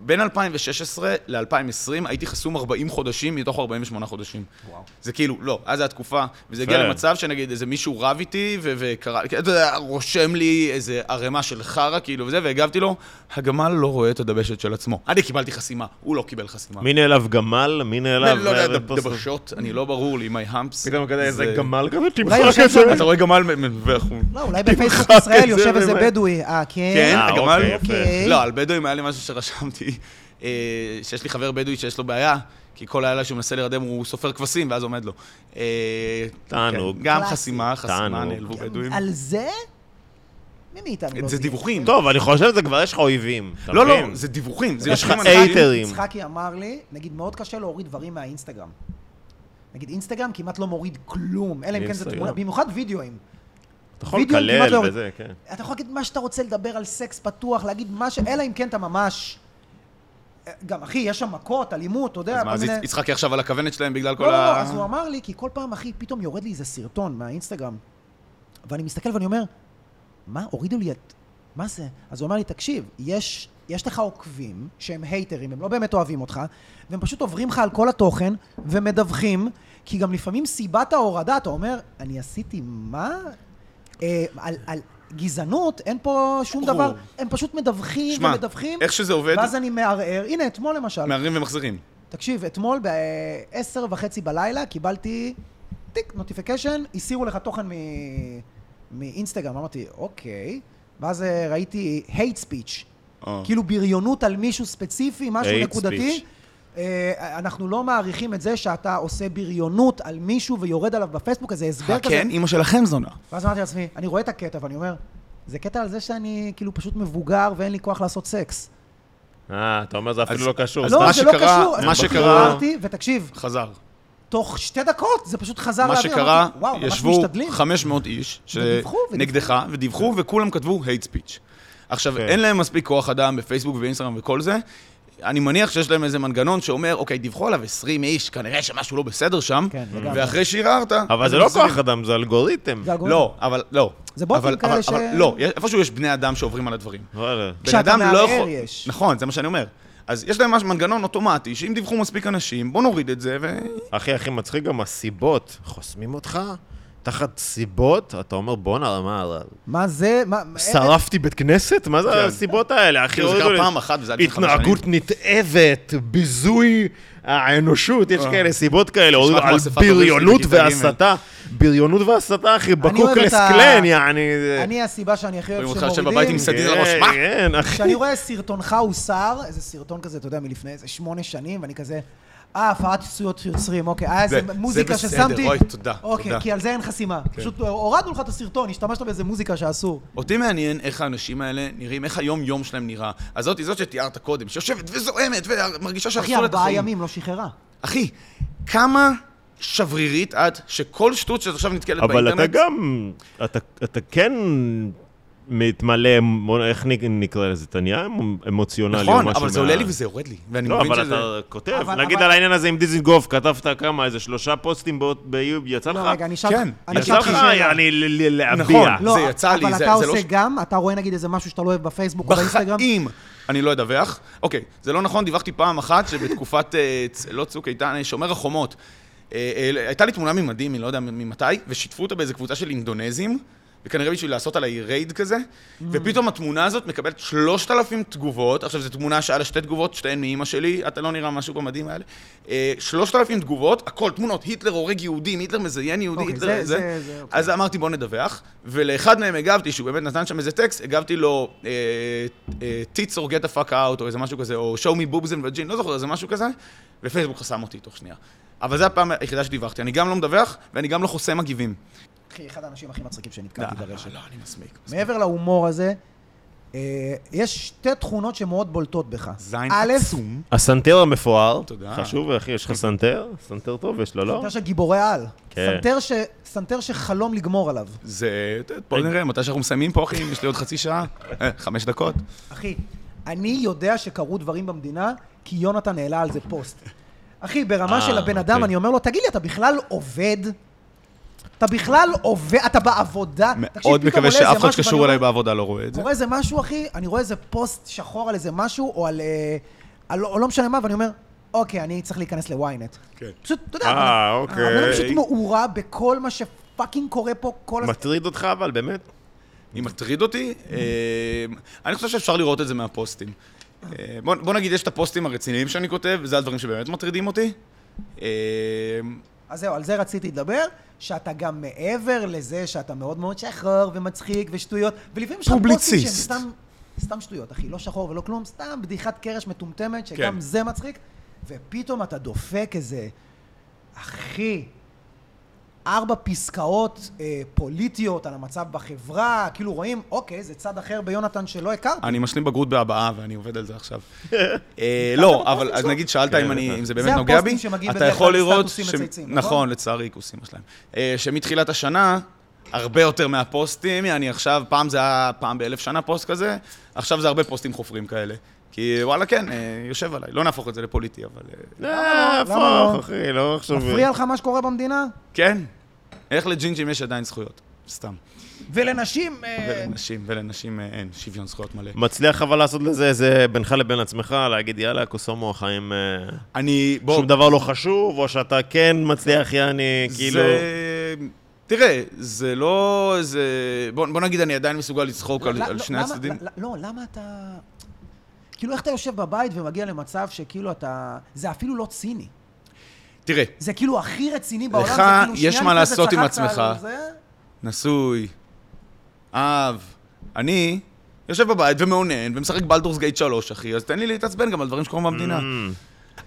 C: בין 2016 ל-2020 הייתי חסום 40 חודשים מתוך 48 חודשים.
A: וואו.
C: זה כאילו, לא, אז זו התקופה, וזה הגיע
B: בסדר.
C: למצב שנגיד איזה מישהו רב איתי ו- וקרא, כאילו, אתה יודע, רושם לי איזה ערימה של חרא, כאילו, וזה, והגבתי לו, הגמל לא רואה את הדבשת של עצמו. אני קיבלתי חסימה, הוא לא קיבל חסימה.
B: מי נעלב גמל? מי נעלב...
C: אני לא יודע,
B: אה,
C: דב-
B: פוסט-
C: דבשות, אני לא ברור לי, מי המפס.
B: פתאום כזה איזה גמל כזה,
A: אולי
B: תמחק
A: יושב
B: את זה.
A: שם-
C: אתה רואה גמל מנבח.
A: לא, אולי בפייסבוק
B: תמחק את
A: ישראל
B: זה
A: יושב איזה
B: באמת.
A: בדואי. אה, כן?
C: כן,
B: אה,
C: הגמל?
B: אוקיי, יפה.
A: אוקיי.
C: לא, על בדואים היה לי משהו שרשמתי, אה, שיש לי חבר בדואי שיש לו בעיה, כי כל לילה שהוא מנסה להירדם הוא סופר כבשים ואז עומד לו. אה,
B: תענוג.
C: כן, גם
A: קלאסי.
C: חסימה, חסימה,
B: תענוג.
C: נעלבו
A: גם
C: בדואים.
A: על זה? מי מאיתנו לא
C: זה
A: זיהה?
C: דיווחים.
B: טוב, אני חושב שזה כבר יש לך אויבים. אתה
C: לא,
B: מבין?
C: לא, זה דיווחים. זה
B: יש לך
C: יושבים אנשים-
B: אייטרים.
A: יצחקי אמר לי, נגיד, מאוד קשה להוריד דברים מהאינסטגרם. נגיד, אינסטגרם כמעט לא מוריד כלום, אלא אם כן זה
B: אינסטגרם.
A: תמונה, במיוחד וידאוים.
B: אתה יכול
A: וידאו כמעט
B: לקלל
A: לא-
B: וזה, כן.
A: אתה יכול להגיד מה שאתה רוצה, לדבר על סקס פתוח, להגיד מה ש... אלא אם כן אתה ממש... אה, גם, אחי, יש שם מכות, אלימות, אתה יודע,
C: אז מה,
A: כל
C: אז
A: מיני...
C: יצחקי עכשיו על הכוונת שלהם בגלל
A: לא,
C: כל
A: לא, לא, אז
C: ה...
A: הוא אמר לי, כי כל פעם, אחי, פתאום יורד לי איזה סרטון מהאינסטגרם. ואני מסתכל ואני אומר, מה, הורידו לי את... מה זה? אז הוא אמר לי, תקשיב, יש, יש לך עוקבים שהם הייטרים, הם לא באמת אוהבים אותך, והם פשוט עוברים לך על כל התוכן ומדווחים, כי גם לפעמים סיבת ההורדה, אתה אומר, אני עשיתי מה? אה, על, על גזענות, אין פה שום
C: ברור.
A: דבר, הם פשוט מדווחים
C: שמע,
A: ומדווחים,
C: איך שזה עובד,
A: ואז אני מערער, הנה, אתמול למשל,
C: מערערים ומחזירים.
A: תקשיב, אתמול ב-10 וחצי בלילה קיבלתי טיק נוטיפיקשן, הסירו לך תוכן מ- מאינסטגרם, אמרתי, אוקיי. ואז אה, ראיתי hate speech,
C: אה.
A: כאילו בריונות על מישהו ספציפי, משהו
B: Hate
A: נקודתי. אה, אנחנו לא מעריכים את זה שאתה עושה בריונות על מישהו ויורד עליו בפייסבוק, איזה הסבר כזה.
C: כן, אימא שלכם זונה.
A: ואז אמרתי לעצמי, אני רואה את הקטע ואני אומר, זה קטע על זה שאני כאילו פשוט מבוגר ואין לי כוח לעשות סקס.
B: אה, אתה אומר זה אפילו
C: אז-
B: לא קשור.
C: אז
A: לא,
C: מה
A: זה לא
C: שקרה-
A: קשור. אז
C: מה
A: פשוט
C: שקרה-
A: אמרתי, ותקשיב,
C: חזר.
A: תוך שתי דקות, זה פשוט חזר
C: מה
A: לאוויר.
C: שקרה,
A: אמרתי, וואו, ממש
C: ישבו
A: משתדלים.
C: 500 איש
A: ודיווחו, ודיווחו.
C: שנגדך, ודיווחו, וכולם כתבו hate speech. עכשיו,
B: כן.
C: אין להם מספיק כוח אדם בפייסבוק ובאינסטגרם וכל זה. אני מניח שיש להם איזה מנגנון שאומר, אוקיי, דיווחו עליו 20 איש, כנראה שמשהו לא בסדר שם,
A: כן, לגמרי.
C: ואחרי שערערת...
B: אבל
C: אז
B: זה
C: הם
B: לא
C: מחזירים.
B: כוח אדם, זה אלגוריתם.
A: זה הגורם.
C: לא, אבל לא.
A: זה בוטים
C: אבל-
A: כאלה
C: אבל-
A: ש-
C: אבל לא, יש- איפשהו יש בני אדם שעוברים על הדברים.
B: וואלה.
C: בן
A: כשאתה
C: אדם לא
A: מערער
C: יכול...
A: יש.
C: נכון, זה מה שאני אומר. אז יש להם מש- מנגנון אוטומטי, שאם דיווחו מספיק אנשים, בוא נוריד את זה, ו...
B: הכי הכי מצחיק גם הסיבות. חוסמים אותך? תחת סיבות? אתה אומר בואנה, מה,
A: מה זה? מה... אה,
B: שרפתי בית כנסת? מה
C: כן.
B: זה הסיבות האלה? אחי,
C: כאילו, זה
B: הורידו
C: קרה
B: לי-
C: פעם אחת, וזה היה לפני חמש שנים.
B: התנהגות נתעבת, ביזוי האנוש, יש
C: אה.
B: כאלה סיבות כאלה,
C: נשמע
B: הורידו
C: כמו
B: על
C: אספת הורים שלי
B: בריונות
C: בכיתה ג'.
B: והסתה. בריונות והסתה, אחי,
A: אוהב את
B: בקוקלס
A: ה-
B: קלן, יעני. זה-
A: אה, אני, הסיבה שאני הכי
C: רואים
A: אוהב
C: אותך יושב בבית
A: שמורידים,
C: עם סט- מסתדלים על הראש,
B: כן,
C: מה?
B: כן, אחי.
A: כשאני רואה סרטונך הוסר, איזה סרטון כזה, אתה יודע, מלפני איזה שמונה שנים, ואני כזה... אה, הפרת זכויות יוצרים, אוקיי. אה, איזה
C: זה- זה
A: מוזיקה
C: בסדר,
A: ששמתי.
C: אוי, תודה,
A: אוקיי,
C: תודה. כן.
A: כי על זה אין חסימה. פשוט אה, הורדנו לך את הסרטון, השתמשת באיזה מוזיקה שאסור.
C: אותי מעניין איך האנשים האלה נראים, איך היום-יום שלהם נראה. אז זאת היא זאת שתיארת קודם, שיושבת וזועמת ומרגישה שהרסו
A: אחי,
C: לה את
A: ארבעה
C: החיים.
A: ימים לא שחררה.
C: אחי, כמה שברירית את, שכל שטות שאת עכשיו נתקלת
B: אבל
C: באינטרנט...
B: אתה גם, אתה, אתה כן מתמלא, אמ- איך נק- נקרא לזה, אתה נהיה אמ- אמוציונלי או
C: נכון,
B: משהו
C: אבל זה
B: מה-
C: עולה לי וזה יורד לי. ואני
B: לא,
C: מבין
B: אבל
C: שזה...
B: אתה כותב,
A: אבל-
B: נגיד
A: אבל-
B: על העניין הזה עם דיזינגוף, כתבת כמה, איזה שלושה פוסטים בא- ביוב, יצא לך?
A: לא, רגע, אני אשאל
C: כן,
A: אני אשאל
B: יצא לך,
A: אותך שאלה.
B: אני ל- ל-
C: נכון,
B: להביע.
C: לא, זה יצא לי,
A: אבל
C: זה-
A: אתה
C: זה לא
A: עושה
C: ש-
A: גם, אתה רואה נגיד איזה משהו שאתה לא אוהב בפייסבוק או באינסטגרם?
C: בחיים אני לא אדווח. אוקיי, זה לא נכון, דיווחתי פעם אחת שבתקופת, אה, צ- לא צוק איתן, אה, שומר החומות. אה, אה, הייתה לי תמונה ממדים, אני לא יודע ממתי, ושיתפו אותה באיזה קבוצה של אינדונזים, וכנראה בשביל לעשות עליי רייד כזה, ופתאום התמונה הזאת מקבלת 3,000 תגובות, עכשיו זו תמונה שהיה לה שתי תגובות, שתיהן מאימא שלי, אתה לא נראה משהו במדים האלה. אה, 3,000 תגובות, הכל תמונות, היטלר הורג יהודים, היטלר מזיין יהודי,
A: אוקיי,
C: היטלר...
A: זה-
C: זה-
A: זה- זה- אוקיי.
C: אז אמרתי בוא נדווח, ולאחד מהם הגבתי, שהוא באמת נתן שם איזה טקסט, הגבתי לו אה, אה, tits or get the fuck out, או איזה משהו כזה, או show me boobs and vagin, לא זוכר, איזה משהו כזה, ופייסבוק חסם אותי תוך שנייה. אבל זו הפעם היחידה שדיווחתי, אני גם לא מדווח, ואני גם לא חוסם מגיבים.
A: אחי, אחד האנשים הכי מצחיקים שנתקלתי
C: לא,
A: ברשת.
C: לא, אני מסמיק.
A: מעבר להומור הזה, אה, יש שתי תכונות שמאוד בולטות בך.
C: זין
A: א',
C: עצום.
B: הסנטר המפואר,
C: תודה.
B: חשוב, אחי, יש לך סנטר? סנטר טוב יש לו, לא?
A: סנטר של גיבורי על.
B: כן.
A: סנטר ש- סנטר שחלום לגמור עליו.
C: זה, בוא נראה, מתי שאנחנו מסיימים פה, אחי, יש לי עוד חצי שעה, אה, חמש דקות.
A: אחי, אני יודע שקרו דברים במדינה, כי יונתן העלה על זה פוסט. אחי, ברמה
B: אה,
A: של הבן אדם,
B: אוקיי.
A: אני אומר לו, תגיד לי, אתה בכלל עובד? אתה בכלל עובד? אתה בעבודה? תקשיב,
C: מאוד
A: פתאום
C: מקווה
A: עולה איזה
C: שאף אחד
A: משהו ואני
C: שקשור
A: אומר,
C: אליי בעבודה לא רואה את זה.
A: קורה איזה משהו, אחי, אני רואה איזה פוסט שחור על איזה משהו, או על, אה, על- או לא משנה מה, ואני אומר, אוקיי, אני צריך להיכנס ל-ynet.
C: כן.
A: פשוט, אתה יודע,
B: אה,
A: הבן-
B: אוקיי.
A: הבן אדם פשוט מעורה בכל מה שפאקינג קורה פה כל הזמן.
B: מטריד אותך אבל, באמת?
C: אם מטריד אותי, אה, אני חושב שאפשר לראות את זה מהפוסטים. אה, בוא, בוא נגיד, יש את הפוסטים הרציניים שאני כותב, וזה הדברים שבאמת מטרידים אותי. אה,
A: אז זהו, על זה רציתי לדבר, שאתה גם מעבר לזה שאתה מאוד מאוד שחור ומצחיק ושטויות, ולפעמים יש לך פוסטים שהם
C: פובליציסט.
A: סתם, סתם שטויות, אחי, לא שחור ולא כלום, סתם בדיחת קרש מטומטמת, שגם
C: כן.
A: זה מצחיק, ופתאום אתה דופק איזה, אחי, ארבע פסקאות אה, פוליטיות על המצב בחברה, כאילו רואים, אוקיי, זה צד אחר ביונתן שלא הכרתי.
C: אני משלים בגרות בהבעה, ואני עובד על זה עכשיו. אה, לא,
A: בפוסטים
C: אבל אז
A: שלך?
C: נגיד, שאלת אם אני- אם זה באמת
A: זה
C: נוגע בי,
A: הפוסטים שמגיעים
C: אתה
A: בדרך
C: יכול
A: כלל
C: לראות...
A: סטטוסים
C: ש-
A: מצייצים, נכון?
C: נכון, לצערי, כוסים יש להם. אה, שמתחילת השנה, הרבה יותר מהפוסטים, אני עכשיו, פעם זה היה פעם באלף שנה פוסט כזה, עכשיו זה הרבה פוסטים חופרים כאלה. כי וואלה, כן, אה, יושב עליי. לא נהפוך את זה לפוליטי, אבל... אה,
B: אה,
A: למה לא?
B: הפוך, אחי, לא עכשיו...
A: מפריע לך מה שקורה במדינה?
C: כן. איך לג'ינג'ים יש עדיין זכויות? סתם.
A: ולנשים... אה,
C: ולנשים, ולנשים אה, אין שוויון זכויות מלא.
B: מצליח אבל לעשות לזה איזה בינך לבין עצמך, להגיד יאללה, קוסומו, החיים... אה,
C: אני, בוא,
B: שום דבר לא חשוב, או שאתה כן מצליח, יעני, כאילו...
C: זה... תראה, זה לא איזה... בוא, בוא נגיד, אני עדיין מסוגל לצחוק על,
A: לא,
C: על
A: לא,
C: שני
A: למה-
C: הצדדים.
A: לא, לא, למה אתה... כאילו, איך אתה יושב בבית ומגיע למצב שכאילו אתה... זה אפילו לא ציני.
C: תראה,
A: זה כאילו הכי רציני בעולם.
C: לך
A: זה כאילו שנייה
C: יש מה
A: לפני זה
C: לעשות עם
A: צחקת על
C: עצמך.
A: זה.
C: נשוי, אב, אני יושב בבית ומאונן ומשחק בלדורס גייט 3, אחי, אז תן לי להתעצבן גם על דברים שקורים במדינה.
A: Mm.
B: אמ,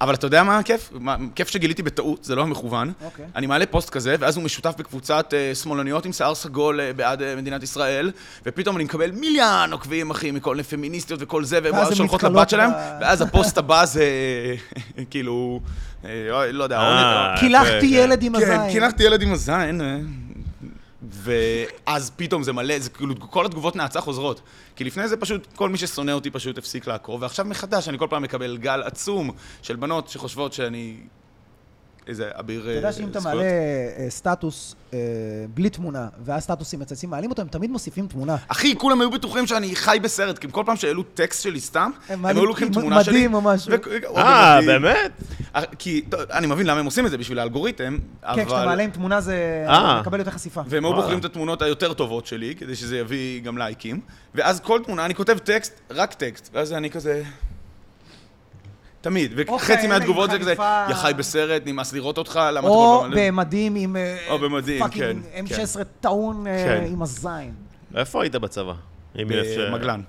C: אבל אתה יודע מה הכיף? מה- כיף שגיליתי בטעות, זה לא המכוון.
A: אוקיי.
C: אני מעלה פוסט כזה, ואז הוא משותף בקבוצת אה, שמאלניות עם שיער סגול אה, בעד אה, מדינת ישראל, ופתאום אני מקבל מיליון עוקבים, אחי, מכל מיני פמיניסטיות וכל זה,
A: ואז
C: והם
A: הן
C: שולחות
A: נתקלות
C: לבת שלהם,
A: ב-
C: ואז הפוסט הבא זה אה, כאילו, אה, לא- לא יודע,
B: אה,
C: עונג-
A: קילחתי
B: יפה,
A: ילד עם הזין.
C: כן, קילחתי ילד עם הזין. אה, ואז פתאום זה מלא, זה כאילו, כל התגובות נאצה חוזרות. כי לפני זה פשוט, כל מי ששונא אותי פשוט הפסיק לעקוב, ועכשיו מחדש אני כל פעם מקבל גל עצום של בנות שחושבות שאני איזה אביר
A: אתה יודע שאם אתה מעלה אה, סטטוס אה, בלי תמונה, ואז סטטוסים מצייצים, מעלים אותו, הם תמיד מוסיפים תמונה.
C: אחי, כולם היו בטוחים שאני חי בסרט, כי כל פעם שהעלו טקסט שלי סתם,
A: הם
C: הם
A: מעלים
C: היו לוקחים
A: כאילו
C: תמונה שלי.
A: מדהים או משהו.
C: ו- או
B: אה,
C: במדים.
B: באמת?
C: אה, כי, טוב, אני מבין למה הם עושים את זה, בשביל האלגוריתם, אבל...
A: כן, כשאתה מעלה עם תמונה זה
B: אה.
A: מקבל יותר חשיפה.
C: והם היו
B: וואלה.
C: בוחרים את התמונות היותר טובות שלי, כדי שזה יביא גם לייקים. ואז כל תמונה, אני כותב טקסט, רק טקסט. ואז אני כזה... תמיד.
A: אוקיי, אלה
C: וחצי
A: עם
C: מהתגובות זה כזה,
A: חליפה.
C: יא חי בסרט, נמאס לראות אותך, למה אתה לא
A: או
C: כל פעם...
A: במדים עם אה,
C: או במדים,
A: פאקינג
C: כן,
A: M16 טעון אה,
B: כן.
A: עם הזין.
B: איפה היית בצבא? אם יש... אה,
C: במגלן.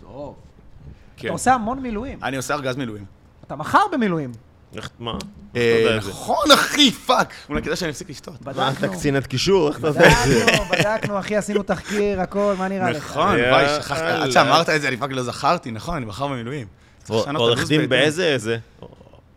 A: טוב.
C: כן.
A: אתה עושה המון מילואים.
C: אני עושה ארגז מילואים.
A: אתה מחר במילואים.
B: איך, מה? איך אתה
C: אה,
B: יודע את זה?
C: נכון, אחי, פאק! אולי כדאי שאני אפסיק לשתות.
B: מה, אתה
A: בדקנו.
B: קצינת קישור? איך אתה יודע?
A: בדקנו, בדקנו, אחי, עשינו תחקיר, הכל, מה נראה לך?
C: נכון, וואי,
B: יאללה.
C: שכחתי, עד שאמרת את זה, אני פאק לא זכרתי, נכון, אני מחר במילואים. צריך לשנות את
B: עורך
C: הלו"ז
B: דין
C: בהתאם.
B: באיזה איזה?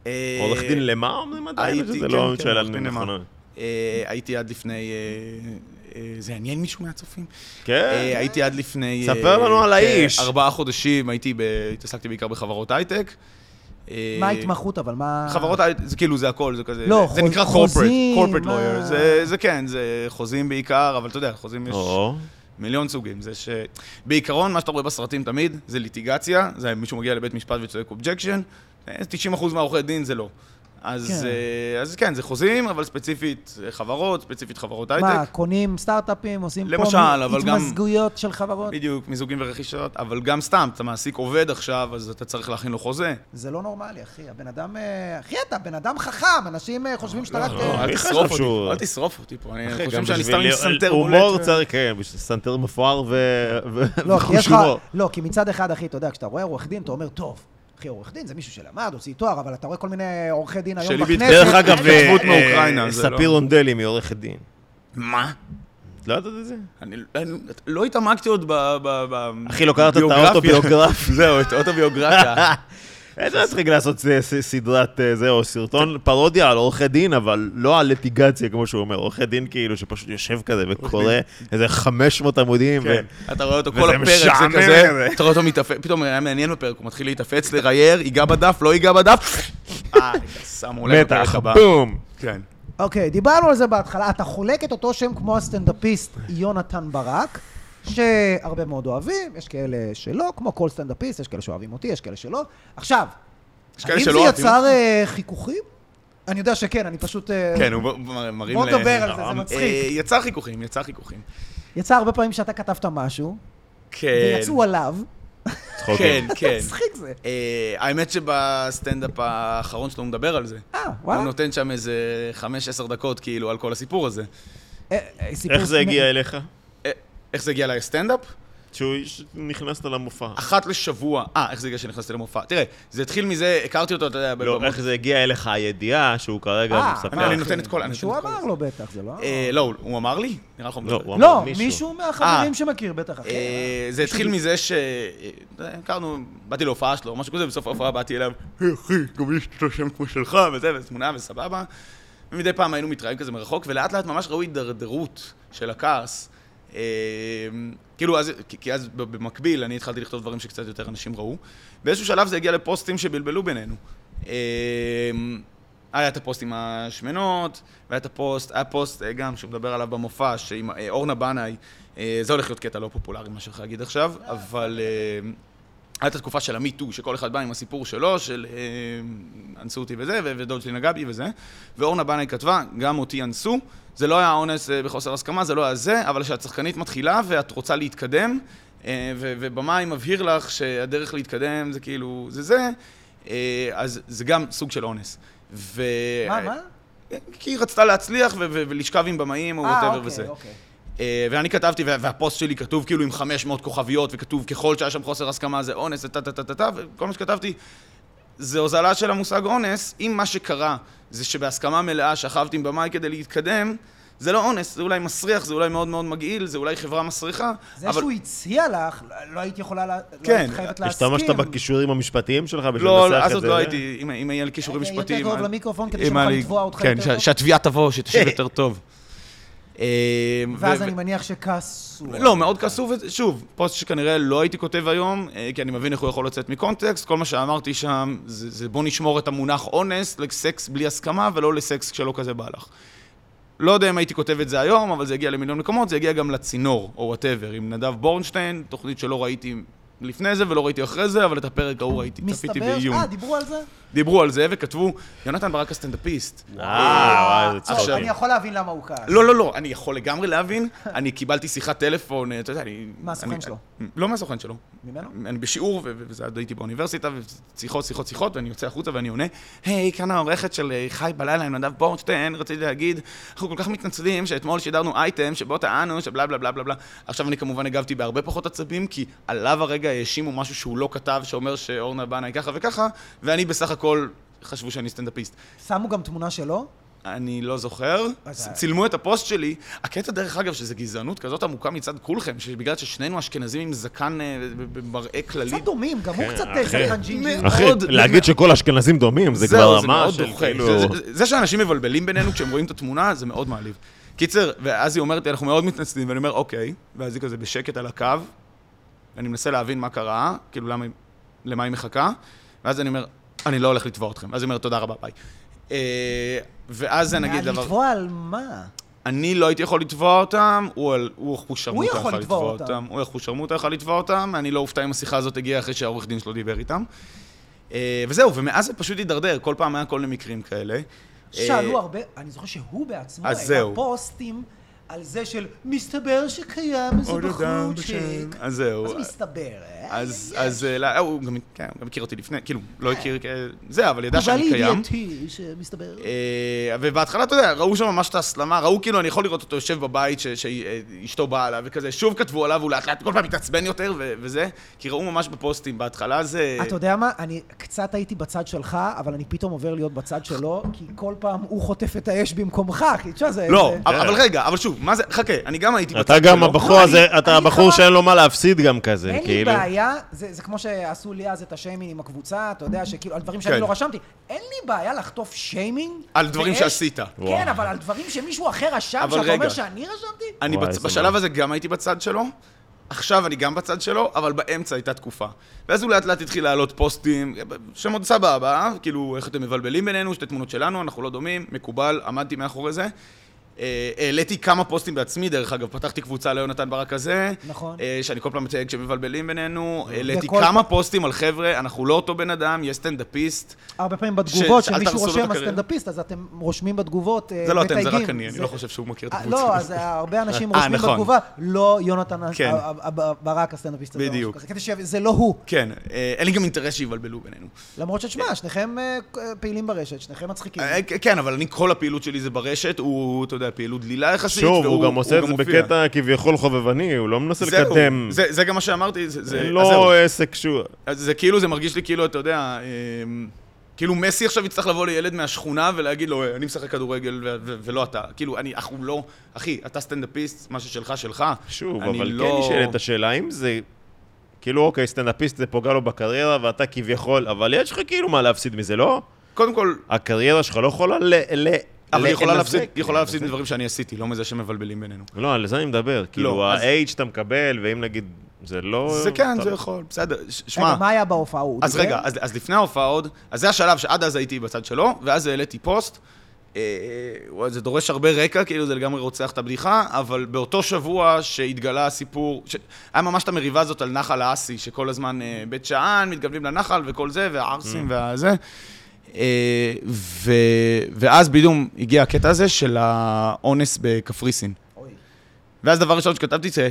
C: אה,
B: עורך דין למה אומרים עדיין?
C: הייתי,
B: זה
C: כן,
B: לא
C: כן,
B: שאלה
C: עורך דין למה.
B: נכונה.
C: אה, הייתי עד לפני... אה, אה, זה יעניין מישהו מהצופים? אה,
B: כן.
C: הייתי עד לפני...
B: ספר
C: אה,
B: לנו על האיש.
C: ארבעה חודשים הייתי, ב... התעסקתי בעיקר בחברות הייטק. אה,
A: מה ההתמחות אבל? מה...
C: חברות הייטק, זה כאילו, זה הכל, זה כזה...
A: לא,
C: זה
A: חוז-
C: נקרא
A: חוזים,
C: corporate
A: מה?
C: lawyer. זה, זה כן, זה חוזים בעיקר, אבל אתה יודע, חוזים יש
B: או,
C: מיליון סוגים. זה ש... בעיקרון, מה שאתה רואה בסרטים תמיד, זה ליטיגציה, זה מישהו מגיע לבית משפט וצועק אובג'קשן, 90% מהעורכי דין זה לא. אז,
A: כן.
C: אה, אז כן, זה חוזים, אבל ספציפית אה, חברות, ספציפית חברות הייטק.
A: מה, קונים סטארט-אפים, עושים פה
C: למשל, אבל גם-
A: התמזגויות של חברות?
C: בדיוק, מיזוגים ורכישות, אבל גם סתם, אתה מעסיק עובד עכשיו, אז אתה צריך להכין לו חוזה.
A: זה לא נורמלי, אחי. הבן אדם... אה, אחי, אתה בן אדם חכם, אנשים אה, חושבים שאתה רק...
B: לא,
A: אה,
B: מי
C: אל
B: חשב
C: תשרוף אותי,
B: שהוא-
C: אל תשרוף אותי פה, אני
B: אחי,
C: חושב
B: גם
C: שאני סתם
B: בשביל
C: מסנטר
B: הומור
C: בולט.
B: צריך, כן, בשביל סנטר מפואר ו- ו-
A: לא, כי יש
B: וחוש
A: לך...
B: הומור.
A: לא, כי מצד אחד, אחי, אתה יודע, כשאתה רואה עורך דין, אתה אומר, טוב. אחי, עורך דין זה מישהו שלמד, הוציא תואר, אבל אתה רואה כל מיני עורכי דין היום
C: שלי
A: בכנסת.
C: בדיוק.
B: דרך אגב, אה,
C: התכתבות
B: אה,
C: מאוקראינה, זה לא-
B: ספיר רונדלי מעורכת דין.
C: מה?
B: את לא יודעת את זה?
C: אני אני- לא התעמקתי עוד ב... ב- ב-
B: אחי, לא קראת את
C: ביוגרפיה.
B: האוטוביוגרפיה.
C: זהו, את האוטוביוגרפיה.
B: איזה מצחיק לעשות ס- ס- סדרת אה, זה, או סרטון פרודיה על עורכי דין, אבל לא על ליטיגציה, כמו שהוא אומר. עורכי דין כאילו שפשוט יושב כזה וקורא איזה 500 עמודים, ו...
C: כן. אתה רואה אותו
B: וזה
C: כל הפרק, זה
B: משעמם
C: כזה,
B: כזה.
C: אתה רואה אותו מתאפק, פתאום היה מעניין בפרק, הוא מתחיל להתאפץ, לראייר, ייגע בדף, לא ייגע בדף. אה, שמו לב,
B: מתח,
C: הפרק הבא.
B: בום.
C: כן.
A: אוקיי, דיברנו על זה בהתחלה. אתה חולק את אותו שם כמו הסטנדאפיסט יונתן ברק, שהרבה מאוד אוהבים, יש כאלה שלא, כמו כל סטנדאפיסט, יש כאלה שאוהבים אותי, יש כאלה שלא. עכשיו,
C: יש כאלה
A: האם זה
C: שלא אוהבים.
A: יצר אה, חיכוכים? אני יודע שכן, אני פשוט... אה,
C: כן, הוא מ- מרים...
A: בוא
C: ל-
A: נדבר על זה, זה
C: אה,
A: מצחיק.
C: יצר חיכוכים, יצר חיכוכים.
A: יצא הרבה פעמים שאתה כתבת משהו,
C: כן.
A: ויצאו עליו.
B: צחוקים.
C: כן, כן.
B: אוקיי.
A: מצחיק זה.
C: אה, האמת שבסטנדאפ האחרון שלו הוא מדבר על זה.
A: אה,
C: הוא
A: וואלה.
C: נותן שם איזה חמש, עשר דקות כאילו על כל הסיפור הזה.
A: אה, אה, סיפור
B: איך זה הגיע
A: מ-
B: אליך?
C: אה, איך זה הגיע לסטנדאפ?
B: שהוא נכנסת למופע.
C: אחת לשבוע. אה, איך זה הגיע שנכנסתי למופע? תראה, זה התחיל מזה, הכרתי אותו, אתה יודע,
B: לא,
C: בבמות-
B: איך זה הגיע אליך הידיעה שהוא כרגע
A: אה,
B: מספר?
C: אני
B: לך?
C: נותן את כל- אני
A: שהוא
C: נותן את כל
A: אמר
C: זה.
A: לו בטח, זה לא...
C: אה, לא, הוא- הוא אמר לי? נראה לך הוא
B: לא,
C: מדבר.
B: הוא אמר
A: לא,
B: מישהו.
A: מישהו מהחברים
C: אה.
A: שמכיר בטח, אחי.
C: אה, זה התחיל מזה ש... אה, הכרנו, באתי להופעה שלו, משהו כזה, בסוף ההופעה באתי אליו, "היי, אחי, גם יש לו שם כמו שלך, וזה, ותמונה, וסבבה. ומדי פעם היינו מתראים כזה מרחוק, ולאט לאט ממש ראו הידרדרות של הכעס. אה, כאילו, אז, כי- כי אז ב- במקביל אני התחלתי לכתוב דברים שקצת יותר אנשים ראו. באיזשהו שלב זה הגיע לפוסטים שבלבלו בינינו. אה, היה את הפוסט עם השמנות, והיה את הפוסט, היה פוסט אה, גם שהוא מדבר עליו במופע, שעם אה, אורנה בנאי, אה, זה הולך להיות קטע לא פופולרי, מה שאני הולך להגיד עכשיו, אבל אה, הייתה תקופה של המיטו, שכל אחד בא עם הסיפור שלו, של אה, אנסו אותי וזה, ו- ודוד שלי נגע בי וזה. ואורנה בנאי כתבה, גם אותי אנסו. זה לא היה אונס אה, בחוסר הסכמה, זה לא היה זה, אבל כשאת שחקנית מתחילה ואת רוצה להתקדם, אה, ו- ובמאי מבהיר לך שהדרך להתקדם זה כאילו, זה זה, אה, אז זה גם סוג של אונס. ו...
A: מה,
C: אה,
A: מה?
C: כי היא רצתה להצליח ו- ו- ולשכב עם במאים או
A: אה,
C: וואטאבר וזה.
A: אוקיי, אוקיי.
C: אה, ואני כתבתי, וה- והפוסט שלי כתוב כאילו עם 500 כוכביות, וכתוב ככל שהיה שם חוסר הסכמה זה אונס, טה טה טה טה טה, וכל מה שכתבתי זה הוזלה של המושג אונס, אם מה שקרה זה שבהסכמה מלאה שכבתי עם במאי כדי להתקדם, זה לא אונס, זה אולי מסריח, זה אולי מאוד מאוד מגעיל, זה אולי חברה מסריחה,
A: זה שהוא הציע לך, לא הייתי יכולה, לה- לא
C: כן,
A: הייתי חייבת להסכים.
B: השתמשת בכישורים המשפטיים שלך בשביל לנסח את זה?
C: לא, אז עוד לא הייתי, אם- אם היה לי כישורים
A: יותר
C: משפטיים...
A: קרוב
C: אז-
A: למיקרופון כדי
C: אם
A: שנוכל
C: היה לי-
A: לתבוע אותך
C: כן,
A: יותר טוב.
C: שה- שהתביעה תבוא, שתשיב יותר טוב. אה,
A: ואז
C: ו-
A: אני מניח שכעסו.
C: לא, מאוד כעסו, ושוב, פוסט שכנראה לא הייתי כותב היום, אה, כי אני מבין איך הוא יכול לצאת מקונטקסט, כל מה שאמרתי שם זה, זה בוא נשמור את המונח אונס לסקס בלי הסכמה ולא לסקס כשלא כזה בא לך. לא יודע אם הייתי כותב את זה היום, אבל זה הגיע למיליון מקומות, זה הגיע גם לצינור, או וואטאבר, עם נדב בורנשטיין, תוכנית שלא ראיתי לפני זה ולא ראיתי אחרי זה, אבל את הפרק ההוא ראיתי, צפיתי
A: מסתבר,
C: בעיון.
A: אה, דיברו על זה?
C: דיברו על זה וכתבו, יונתן ברק הסטנדאפיסט.
B: אה, וואי, זה
A: טוב, אני
B: צחוקים.
A: יכול להבין למה הוא כעס.
C: לא, לא, לא, אני יכול לגמרי להבין. אני קיבלתי שיחת טלפון, אה, אתה יודע, אני...
A: מהסוכן
C: אני-
A: שלו.
C: לא מהסוכן שלו.
A: ממנו?
C: אני בשיעור, ו- ו- וזה עוד הייתי באוניברסיטה, ושיחות, שיחות, שיחות, ואני יוצא החוצה ואני עונה, היי, כאן העורכת של אה, חי בלילה עם נדב בורנשטיין, רציתי להגיד, אנחנו כל כך מתנצלים שאתמול שידרנו אייטם שבו טענו שבלה בלה בלה בלה בלה. עכשיו אני כמובן הגבתי בהרבה פחות עצבים, כי עליו הרגע האשימו משהו שהוא לא כתב, שאומר שאורנה בנאי ככה וככה, ואני בסך הכל, חשבו שאני סטנדאפיסט.
A: שמו גם תמונה שלו?
C: אני לא זוכר.
A: אז-
C: צילמו את הפוסט שלי. הקטע, דרך אגב, שזה גזענות כזאת עמוקה מצד כולכם, שבגלל ששנינו אשכנזים עם זקן אה, במראה כללי.
A: קצת דומים, גם הוא קצת
B: כן, אחי.
A: זכן ג'ינג'י.
B: אחי,
C: מאוד-
B: להגיד שכל האשכנזים דומים, זה כבר
C: זה
B: רמה
C: מאוד
B: של
C: דוחה.
B: כאילו...
C: זה- זה- זה שאנשים מבלבלים בינינו כשהם רואים את התמונה, זה מאוד מעליב. קיצר, ואז היא אומרת לי, אנחנו מאוד מתנצלים, ואני אומר, אוקיי. ואז היא כזה בשקט על הקו, אני מנסה להבין מה קרה, כאילו, למה, היא- למה היא מחכה, ואז אני אומר, אני לא הולך לתבוע אתכם. אז היא אומרת, תודה רבה, ביי. אה, ואז זה נגיד דבר...
A: לתבוע על מה?
C: אני לא הייתי יכול לתבוע אותם, הוא על- הוא אחושרמוטה
A: הוא יכול
C: יכול
A: לתבוע
C: לתבוע
A: אותם.
C: אותם. הוא אחושרמוטה יכול לתבוע אותם, אני לא אופתע אם השיחה הזאת הגיעה אחרי שהעורך דין שלו דיבר איתם. אה, וזהו, ומאז זה פשוט הידרדר, כל פעם היה כל מיני מקרים כאלה. אה,
A: שאלו הרבה, אני זוכר שהוא בעצמו
C: אז
A: היה
C: זהו.
A: פוסטים על זה של מסתבר שקיים איזה
C: עוד אדם
A: בחורצ'יק.
C: בשם. אז זהו.
A: אז מסתבר, אה?
C: אז, אז, אה, לא, הוא גם, כן, הוא גם הכיר אותי לפני, כאילו, לא הכיר כ- זה, אבל ידע
A: הובא
C: שאני קיים.
A: לידיעתי שמסתבר.
C: אה, ובהתחלה, אתה יודע, ראו שם ממש את ההסלמה, ראו כאילו, אני יכול לראות אותו יושב בבית ש- שאשתו באה עליו וכזה, שוב כתבו עליו, הוא לאט לאט כל פעם מתעצבן יותר ו- וזה, כי ראו ממש בפוסטים, בהתחלה זה...
A: אתה יודע מה? אני קצת הייתי בצד שלך, אבל אני פתאום עובר להיות בצד שלו, כי כל פעם הוא חוטף את האש במקומך, כי אתה יודע, זה...
C: לא,
A: זה-
C: אבל אבל רגע, אבל שוב, מה זה, חכה, אני גם הייתי
B: אתה גם
C: שלו.
B: הבחור
A: לא,
B: הזה,
A: אני-
B: אתה
A: אני
B: הבחור
A: חבל-
B: שאין לו מה להפסיד גם כזה,
A: אין לי
B: כאילו.
A: בעיה, זה, זה כמו שעשו לי אז את השיימינג עם הקבוצה, אתה יודע, שכאילו, על דברים שאני
C: כן.
A: לא רשמתי. אין לי בעיה לחטוף שיימינג.
C: על דברים
A: ויש-
C: שעשית.
A: כן,
B: וואו.
A: אבל על דברים שמישהו אחר רשם,
C: אבל
A: שאתה אומר
C: רגע.
A: שאני רשמתי?
C: אני
B: וואי,
C: בצ...
B: איזה
C: בשלב
B: מה.
C: הזה גם הייתי בצד שלו, עכשיו אני גם בצד שלו, אבל באמצע הייתה תקופה. ואז הוא לאט לאט התחיל להעלות פוסטים, שמות סבא הבא, כאילו, איך אתם מבלבלים בינינו, שתי תמונות שלנו, אנחנו לא דומים, מקובל, עמדתי מאחורי זה. אמ, אה, העליתי כמה פוסטים בעצמי, דרך אגב, פתחתי קבוצה ליונתן ברק הזה.
A: נכון.
C: אה, שאני כל פעם מתייג שמבלבלים בינינו. העליתי
A: וכל-
C: כמה פוסטים על חבר'ה, אנחנו לא אותו בן אדם, יש סטנדאפיסט.
A: הרבה פעמים בתגובות,
C: ש- שאל
A: שמישהו
C: תהרסו לו את
A: רושם
C: הקריירה.
A: הסטנדאפיסט, אז אתם רושמים בתגובות, אה,
C: זה לא אתם, זה רק
A: מתייגים.
C: אני, אני לא חושב שהוא מכיר את
A: אה,
C: הקבוצה.
A: לא, אז אה, הרבה אנשים
C: אה,
A: רושמים
C: נכון.
A: בתגובה, לא יונתן הס-
C: כן.
A: ה- ה- ה- ברק הסטנדאפיסט הזה. או משהו
C: בדיוק.
A: כזה, כדי שיבין, זה לא הוא.
C: כן, אה, אין לי גם אינטרס שיבלבלו בינינו.
A: למרות שתשמע, שניכם אה, אה, פעילים ברשת, שניכם מצחיקים.
C: כן. אה, כן, אבל אני, כל הפעילות שלי זה ברשת, הוא, אתה יודע, פעילות דלילה יחסית,
B: שוב, הוא גם עושה את זה
C: מופיע.
B: בקטע כביכול חובבני, הוא לא מנסה
C: זהו,
B: לקדם.
C: זה, זה גם מה שאמרתי, זה, זה,
B: זה
C: אז זהו.
B: לא עסק שהוא...
C: אז זה כאילו, זה מרגיש לי כאילו, אתה יודע, אמ, כאילו מסי עכשיו יצטרך לבוא לילד מהשכונה ולהגיד לו, "אה, אני משחק כדורגל ו- ו- ולא אתה. כאילו, אני, אנחנו לא, אחי, אתה סטנדאפיסט, מה ששלך, שלך.
B: שוב,
C: אני
B: אבל
C: לא-
B: כן נשאלת השאלה אם זה... כאילו, אוקיי, סטנדאפיסט זה פוגע לו בקריירה, ואתה כביכול, אבל יש לך כאילו מה להפסיד מזה, לא?
C: קודם כל,
B: הקריירה שלך לא יכולה ל... ל...
C: אבל
B: ל-
C: היא יכולה
B: לנזק.
C: להפסיד, היא יכולה להפסיד מדברים שאני עשיתי, לא מזה שמבלבלים בינינו.
B: לא, על זה אני מדבר. כאילו,
C: אז-
B: ה-H שאתה מקבל, ואם נגיד, זה לא...
C: זה כן,
B: אתה-
C: זה יכול, בסדר. ש-
A: רגע,
C: שמע,
A: מה היה בהופעה? הוא
C: אז
A: דיבר?
C: רגע, אז, אז לפני ההופעה עוד, אז זה השלב שעד אז הייתי בצד שלו, ואז העליתי פוסט. אה, וואי, זה דורש הרבה רקע, כאילו זה לגמרי רוצח את הבדיחה, אבל באותו שבוע שהתגלה הסיפור, ש... היה ממש את המריבה הזאת על נחל האסי, שכל הזמן אה, בית שאן, מתגוונים לנחל וכל זה, והערסים
A: Mm.
C: והזה. אה, ו... ואז בדיום הגיע הקטע הזה של האונס בקפריסין.
A: אוי.
C: ואז דבר ראשון שכתבתי זה,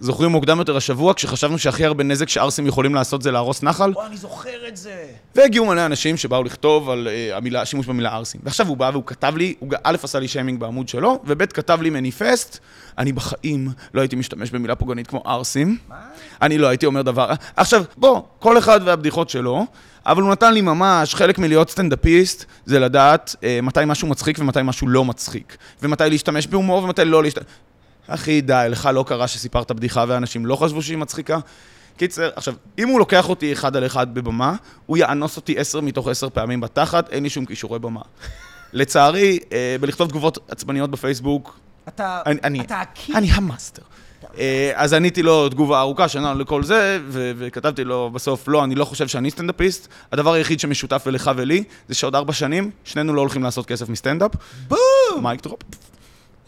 C: זוכרים מוקדם יותר השבוע, כשחשבנו שהכי הרבה נזק שערסים יכולים לעשות זה להרוס נחל?
A: אוי, אני זוכר את זה.
C: והגיעו מלא אנשים שבאו לכתוב על uh, המילה, שימוש במילה ערסים. ועכשיו הוא בא והוא כתב לי, הוא ג- א' עשה לי שיימינג בעמוד שלו, וב' כתב לי מניפסט, אני בחיים לא הייתי משתמש במילה פוגענית כמו ערסים. אני לא הייתי אומר דבר... עכשיו, בוא, כל אחד והבדיחות שלו, אבל הוא נתן לי ממש, חלק מלהיות סטנדאפיסט, זה לדעת uh, מתי משהו מצחיק ומתי משהו לא מצחיק. ומתי להשתמש בהומור ומתי לא להשתמש... אחי, די, לך לא קרה שסיפרת בדיחה ואנשים לא חשבו שהיא מצחיקה? קיצר, עכשיו, אם הוא לוקח אותי אחד על אחד בבמה, הוא יאנוס אותי עשר מתוך עשר פעמים בתחת, אין לי שום כישורי במה. לצערי, אה, בלכתוב תגובות עצבניות בפייסבוק,
A: אתה
C: אני- אני-
A: אתה עקיף.
C: אני המאסטר. אה, אז עניתי לו תגובה ארוכה שנה לכל זה, ו- וכתבתי לו בסוף, לא, אני לא חושב שאני סטנדאפיסט. הדבר היחיד שמשותף לך ולי, זה שעוד ארבע שנים, שנינו לא הולכים לעשות כסף מסטנדאפ.
A: בום!
C: מייק דרופ.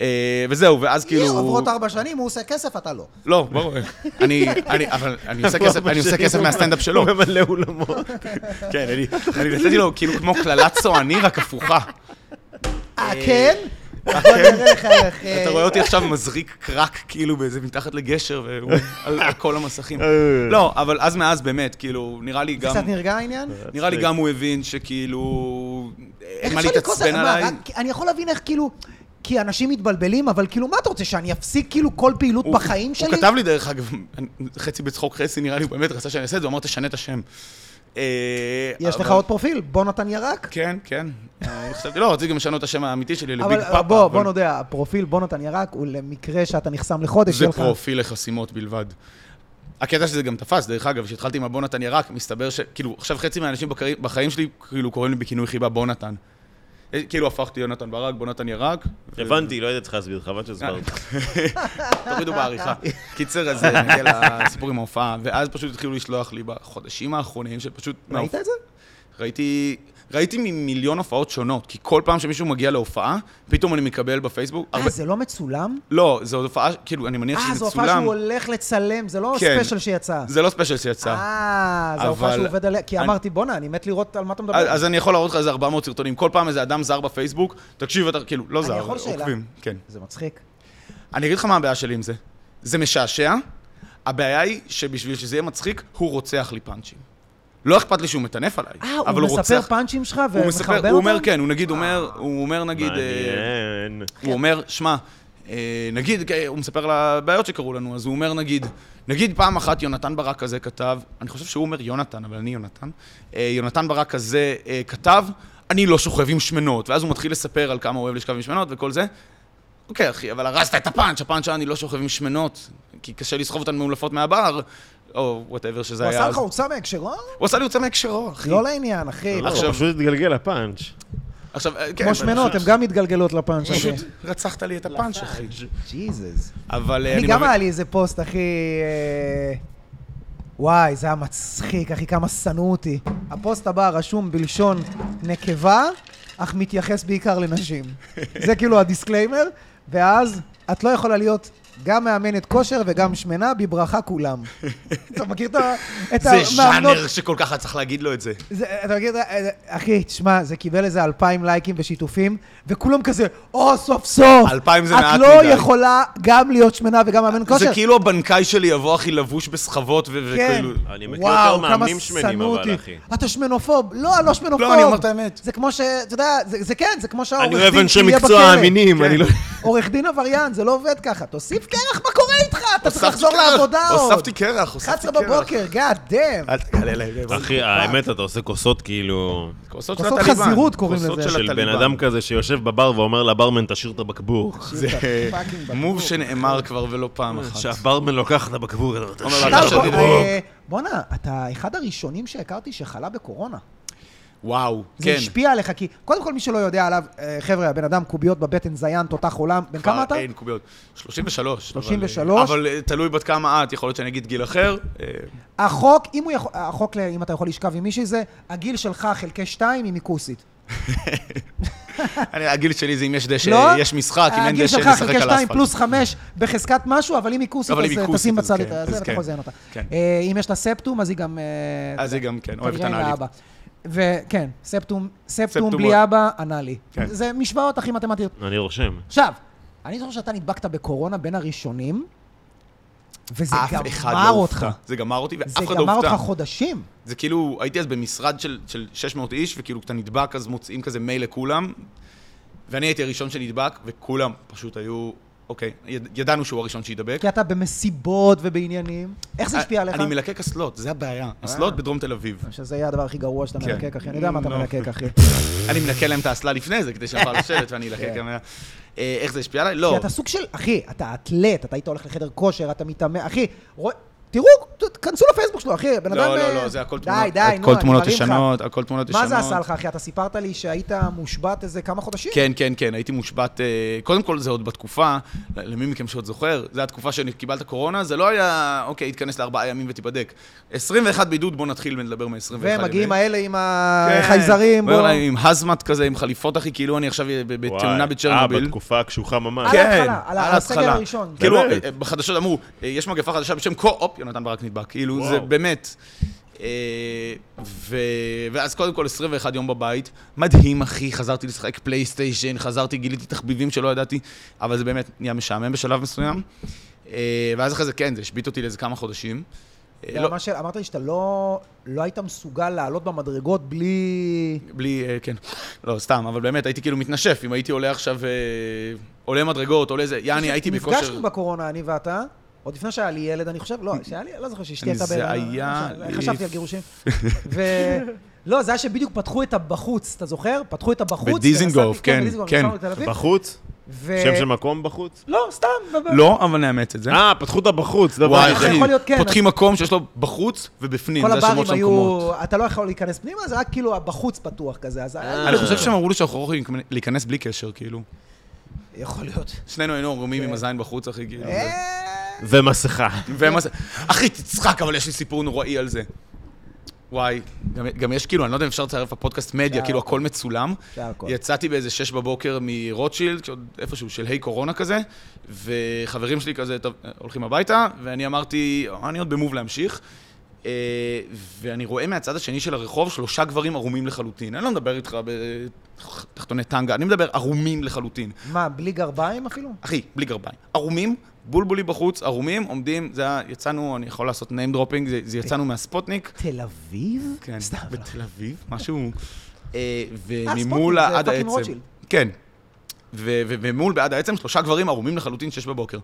C: אה, וזהו, ואז כאילו...
A: כאילו... עוברות ארבע שנים, הוא עושה כסף, אתה לא.
C: לא, ברור. אני, אני, אבל אני עושה כסף, אני עושה כסף מהסטנדאפ שלו.
B: הוא ממלא אולמות.
C: כן, אני, אני נתתי לו כאילו כמו קללת צועני, רק הפוכה.
A: אה, כן? בוא נראה לך איך...
C: כן, אתה רואה אותי עכשיו מזריק קרק כאילו באיזה מתחת לגשר, והוא על על כל המסכים.
A: אה,
C: לא, אבל אז מאז באמת, כאילו, נראה לי גם... אה,
A: קצת נרגע העניין?
C: נראה לי גם הוא הבין שכאילו...
A: איך
C: מה
A: אפשר לכעוס
C: להתעצבן
A: עליו? מה,
C: עליי?
A: רק- אני יכול להבין איך כאילו... כי אנשים מתבלבלים, אבל כאילו, מה אתה רוצה, שאני אפסיק כאילו כל פעילות
C: הוא-
A: בחיים שלי?
C: הוא כתב לי דרך אגב, חצי בצחוק חצי נראה לי, הוא באמת רצה שאני אעשה את זה, הוא אמר תשנה את השם. אה,
A: יש לך
C: אבל-
A: עוד פרופיל, בוא נתן ירק?
C: כן, כן. אה, חשבתי, לא, רציתי גם לשנות את השם האמיתי שלי לביג
A: אבל אה,
C: פאפה.
A: בוא, בוא
C: אבל
A: נודה, הפרופיל בוא נתן ירק הוא למקרה שאתה נחסם לחודש
C: זה
A: שלך.
C: פרופיל לחסימות בלבד. הקטע שזה גם תפס, דרך אגב, כשהתחלתי עם הבוא נתן ירק, מסתבר ש... כאילו, עכשיו חצי מהאנשים בקרי- בחיים שלי, כאילו, קוראים לי בכינוי חיבה בוא נתן. אה, כאילו, הפכתי יונתן ברק, בוא נתן ירק. ו-
B: הבנתי, לא הייתי צריך להסביר, חבל
C: אה,
B: שהסברת.
C: תורידו בעריכה. קיצר, אז אה, נגיע לסיפור עם ההופעה, ואז פשוט התחילו לשלוח לי בחודשים האחרונים, שפשוט...
A: ראית את זה?
C: ראיתי, ראיתי ממיליון הופעות שונות, כי כל פעם שמישהו מגיע להופעה, פתאום אני מקבל בפייסבוק...
A: אה, זה לא מצולם?
C: לא, זו הופעה, כאילו, אני מניח
A: אה,
C: שזה
A: זו הופעה שהוא
C: מצולם.
A: הולך לצלם, זה לא
C: כן.
A: ספיישל שיצא.
C: זה לא ספיישל שיצא.
A: אה, זו הופעה
C: אבל-
A: שהוא עובד עליה, כי
C: אני-
A: אמרתי, בואנה, אני מת לראות על מה אתה מדבר.
C: אז אז אני יכול להראות לך איזה 400 סרטונים. כל פעם איזה אדם זר בפייסבוק, תקשיב, אתה כאילו, לא זר,
A: יכול שאלה?
C: עוקבים. כן.
A: זה מצחיק.
C: אני אגיד לך מה הבעיה שלי עם זה. זה משעשע, הבעיה היא שבשביל שזה יהיה מצחיק, הוא רוצח לי פאנצ'ים. לא אכפת לי שהוא מטנף עליי,
A: אה,
C: אבל הוא
A: הוא מספר
C: רוצח...
A: פאנצ'ים שלך
C: הוא
A: ומחרבן
C: מספר,
A: אותם?
C: הוא אומר כן, הוא נגיד אומר, הוא אומר נגיד, אה,
B: מעניין.
A: כן.
C: הוא אומר, שמע, אה, נגיד, אה, הוא מספר על הבעיות שקרו לנו, אז הוא אומר, נגיד, נגיד פעם אחת יונתן ברק הזה כתב, אני חושב שהוא אומר יונתן, אבל אני יונתן, אה, יונתן ברק הזה אה, כתב, אני לא שוכב עם שמנות, ואז הוא מתחיל לספר על כמה הוא אוהב לשכב עם שמנות וכל זה. אוקיי, אחי, אבל הרסת את הפאנץ', הפאנץ' היה אני לא שוכב עם שמנות, כי קשה לסחוב אותן מאולפות מהבר, או וואטאבר שזה
A: הוא
C: היה.
A: עשה
C: אז.
A: לך הוצאה מהקשרו?
C: הוא עשה לי יוצא מהקשרו, אחי.
A: לא לעניין, אחי.
B: לא,
C: אה, עכשיו-
B: הוא פשוט התגלגל לפאנץ'.
C: עכשיו, אה, כן,
A: כמו שמנות, הן גם מתגלגלות לפאנץ'
C: פשוט
A: הזה.
C: רצחת לי את הפאנץ', אחי.
A: ג'יזוס.
C: אבל אה,
A: אני
C: אני
A: גם
C: מבין-
A: היה לי איזה פוסט, אחי... אה, וואי, זה היה מצחיק, אחי, כמה שנאו אותי. הפוסט הבא רשום בלשון נקבה, אך מתייחס בעיקר לנשים. זה כאילו הדיסקליימר, ואז את לא יכולה להיות גם מאמנת כושר וגם שמנה, בברכה כולם. אתה מכיר את ה- את
C: זה
A: המאמנות?
C: ז'אנר שכל ככה צריך להגיד לו את זה.
A: זה- אתה מכיר את ה... אה, אחי, תשמע, זה קיבל איזה אלפיים לייקים ושיתופים, וכולם כזה, או, סוף סוף!
C: אלפיים זה
A: את
C: מעט
A: לא
C: מדי."
A: יכולה גם להיות שמנה וגם מאמן
C: זה
A: כושר.
C: כאילו הבנקאי שלי יבוא אחי לבוש בסחבות ו-
A: כן.
C: וכאילו...
B: אני מכיר
A: וואו,
B: יותר
A: כמה
B: מאמנים שמנים,
A: שנאו
B: אבל,
A: אותי.
B: אחי.
A: אתה שמנופוב. לא, אני לא שמנופוב.
C: לא, אני אומר את האמת.
A: זה כמו ש... אתה יודע, זה זה כן, זה כמו שהעורך
B: אני
A: דין
B: אוהב אנשי
A: שיהיה
B: מקצוע
A: בכלא.
C: כן.
B: אמינים, אני לא...
A: עורך דין עבריין, זה לא עובד ככה. תוסיף קרח, מה קורה איתך? אתה צריך
C: הוספתי
A: לחזור
C: קרח,
A: לעבודה עוד.
C: הוספתי קרח, הוספתי
A: 11
C: קרח.
A: בבוקר, גאד דאם.
C: אל תגלה להם.
B: אחי, האמת, אתה עושה כוסות כאילו...
C: אה, כוסות
A: כוסות חזירות קוראים
C: כוסות
A: לזה.
B: של בן
C: הטליבן.
B: אדם כזה שיושב בבר ואומר לברמן, תשאיר את הבקבוק.
C: זה מוב שנאמר כבר ולא פעם אחת.
B: שהברמן לוקח את הבקבוק, אתה אומר, תשאיר
C: אבל
A: אתה,
B: את
C: עכשיו
A: בוא-
C: בדיוק.
B: הבקבוק.
A: אה, בואנה, אתה אחד הראשונים שהכרתי שחלה בקורונה.
C: וואו,
A: זה
C: כן.
A: השפיע עליך, כי קודם כל מי שלא יודע עליו, אה, חבר'ה, הבן אדם קוביות בבטן, זיין, תותח עולם, בן כמה אתה?
C: אין קוביות. 33. אבל,
A: 33?
C: אבל אה, תלוי בת כמה את, יכול להיות שאני אגיד גיל אחר. אה,
A: החוק, אם הוא יכול, החוק, ל- אם אתה יכול לשכב עם מישהי, זה הגיל שלך חלקי שתיים עם מכוסית.
C: אני- הגיל שלי זה אם יש דשא,
A: לא?
C: יש משחק, אם אין
A: הגיל
C: דשא,
A: שלך
C: נשחק
A: חלקי
C: על
A: שתיים
C: האספלט.
A: פלוס חמש בחזקת משהו, אבל אם היא כוסית,
C: אבל
A: אז
C: אם היא
A: אה,
C: כוסית,
A: תשים
C: אז
A: בצד
C: כן,
A: את ה-
C: אז
A: זה, ואתה
C: כן.
A: יכול לזיין אותה.
C: כן.
A: אה, אם יש לה ספטום, אז היא גם... אה,
C: אז היא גם כן, אוהבת
A: תגיע עם
C: אנאלי.
A: לאבא. וכן, ספטום, ספטום
C: ספטום
A: בלי
C: בוער.
A: אבא, אנאלי.
C: כן.
A: זה משוואות הכי מתמטיות.
B: אני רושם.
A: עכשיו, אני זוכר שאתה נדבקת בקורונה בין הראשונים, וזה
C: אף אחד לא
A: גמר אותך.
C: הופתע. זה גמר אותי,
A: זה
C: ואף אחד לא
A: גמר אותך
C: הופתע.
A: חודשים.
C: זה כאילו, הייתי אז במשרד של, של 600 איש, וכאילו כשאתה נדבק אז מוצאים כזה מייל לכולם, ואני הייתי הראשון שנדבק, וכולם פשוט היו, אוקיי, יד, ידענו שהוא הראשון שידבק.
A: כי אתה במסיבות ובעניינים. איך כן, זה השפיע עליך?
C: אה,
A: אה.
C: אני מלקק אסלות, זה הבעיה. אסלות בדרום תל אביב.
A: שזה יהיה הדבר הכי גרוע שאתה
C: כן.
A: מלקק, אחי. אני יודע מה אתה
C: לא.
A: מלקק, אחי.
C: אני מנקה להם את האסלה לפני זה, כדי שנוכל לשבת ואני אלקק
A: כן.
C: גם... אה, איך זה השפיע עליי? לא.
A: כי אתה סוג של, אחי, אתה אתלט, אתה היית הולך לחדר כושר, אתה מתאמן, אחי, רוא- תראו, ת- כנסו לפייסבוק שלו, אחי, בן אדם...
C: לא, לא,
A: אה,
C: לא, זה הכל תמונות.
A: די, די, נו,
C: הכל
A: אני
C: תמונות
A: מרים לך.
C: ישנות, הכל תמונות ישנות.
A: מה זה עשה לך, אחי? אתה סיפרת לי שהיית מושבת איזה כמה חודשים?
C: כן, כן, כן, הייתי מושבת, אה, קודם כל זה עוד בתקופה, למי מכם שעוד זוכר, זו התקופה שקיבלת קורונה, זה לא היה, אוקיי, התכנס לארבעה ימים ותיבדק. 21 בידוד, בוא נתחיל ונדבר מ-21 ימים.
A: ומגיעים האלה עם
C: כן.
A: החייזרים,
C: אומר
A: אה, בוא.
C: להם, עם הזמת כזה, עם חליפות, אחי, כאילו אני עכשיו ב- בתאונה
B: וואי. אה,
C: בצ'רנוביל.
B: בתקופה הקשוחה ממש.
A: על ההתחלה, על הסגר
C: ההתחלה.
A: הראשון.
C: כאילו,
B: באמת.
C: אה, בחדשות אמרו, אה, יש מגפה חדשה בשם קו-אופ, יונתן ברק נדבק. כאילו,
B: וואו.
C: זה באמת. אה, ו... ואז קודם כל 21 יום בבית, מדהים אחי, חזרתי לשחק פלייסטיישן, חזרתי, גיליתי תחביבים שלא ידעתי, אבל זה באמת נהיה משעמם בשלב מסוים. אה, ואז אחרי זה, כן, זה השבית אותי לאיזה כמה חודשים. אה, לא,
A: ברמה של, אמרת לי שאתה לא לא היית מסוגל לעלות במדרגות בלי...
C: בלי, אה, כן, לא, סתם, אבל באמת, הייתי כאילו מתנשף, אם הייתי עולה עכשיו, אה, עולה מדרגות, עולה זה, יעני, הייתי בכושר...
A: נפגשנו בקורונה, אני ואתה. עוד לפני שהיה לי ילד, אני חושב, לא, שהיה לי, לא זוכר שאשתי הייתה
C: זה היה
A: לא
C: לי-
A: משנה, חשבתי על גירושים. ו... לא, זה היה שבדיוק פתחו את הבחוץ, אתה זוכר? פתחו את הבחוץ.
C: בדיזינגוף,
A: ונסעתי-
C: כן,
A: בדיזינגוף,
C: כן. אה,
A: נסענו לתל אביב,
B: בחוץ?
A: ו-
B: שם של מקום בחוץ?
A: לא, סתם. ב- ב-
C: לא, אבל נאמץ את זה.
B: אה, פתחו את הבחוץ, דבר
C: וואי,
A: זה
B: יחיד.
C: אחי,
A: יכול להיות, כן.
C: פותחים מקום שיש לו בחוץ ובפנים,
A: כל
C: זה השמות
A: הברים
C: של המקומות.
A: היו... אתה לא יכול להיכנס פנימה, זה רק כאילו הבחוץ פתוח כזה, אז... היה-
C: אה. אני חושב שהם אמרו לי שאנחנו לא יכולים להיכנס בלי קשר, כאילו.
A: כן. יכול להיות.
C: שנינו היינו ערומים עם הזין בחוץ, אחי, כאילו. זה-
A: אה,
B: ומסכה.
C: והם עשו- אחי, תצחק, אבל יש לי סיפור נוראי על זה. וואי, גם, גם יש כאילו, אני לא יודע אם אפשר לצרף בפודקאסט מדיה,
A: אפשר
C: כאילו
A: הכל.
C: הכל מצולם.
A: אפשר הכל.
C: יצאתי באיזה שש בבוקר מרוטשילד, כשעוד איפשהו של היי קורונה כזה, וחברים שלי כזה טוב, הולכים הביתה, ואני אמרתי, "אה, אני עוד במוב להמשיך. אה, ואני רואה מהצד השני של הרחוב שלושה גברים ערומים לחלוטין. אני לא מדבר איתך בתחתוני טנגה, אני מדבר ערומים לחלוטין.
A: מה, בלי גרביים אפילו?
C: אחי, בלי גרביים. ערומים, בולבולי בחוץ, ערומים, עומדים, זה היה, יצאנו, אני יכול לעשות name dropping, זה, זה יצאנו מהספוטניק.
A: תל אביב?
C: כן,
A: סתם. לא.
C: בתל אביב, משהו. אה,
A: הספוטניק,
C: וממול
A: זה
C: עד
A: fucking
C: העצם.
A: רוטשילד.
C: כן. ו- ו- ומול בעד העצם, שלושה גברים ערומים לחלוטין, שש בבוקר.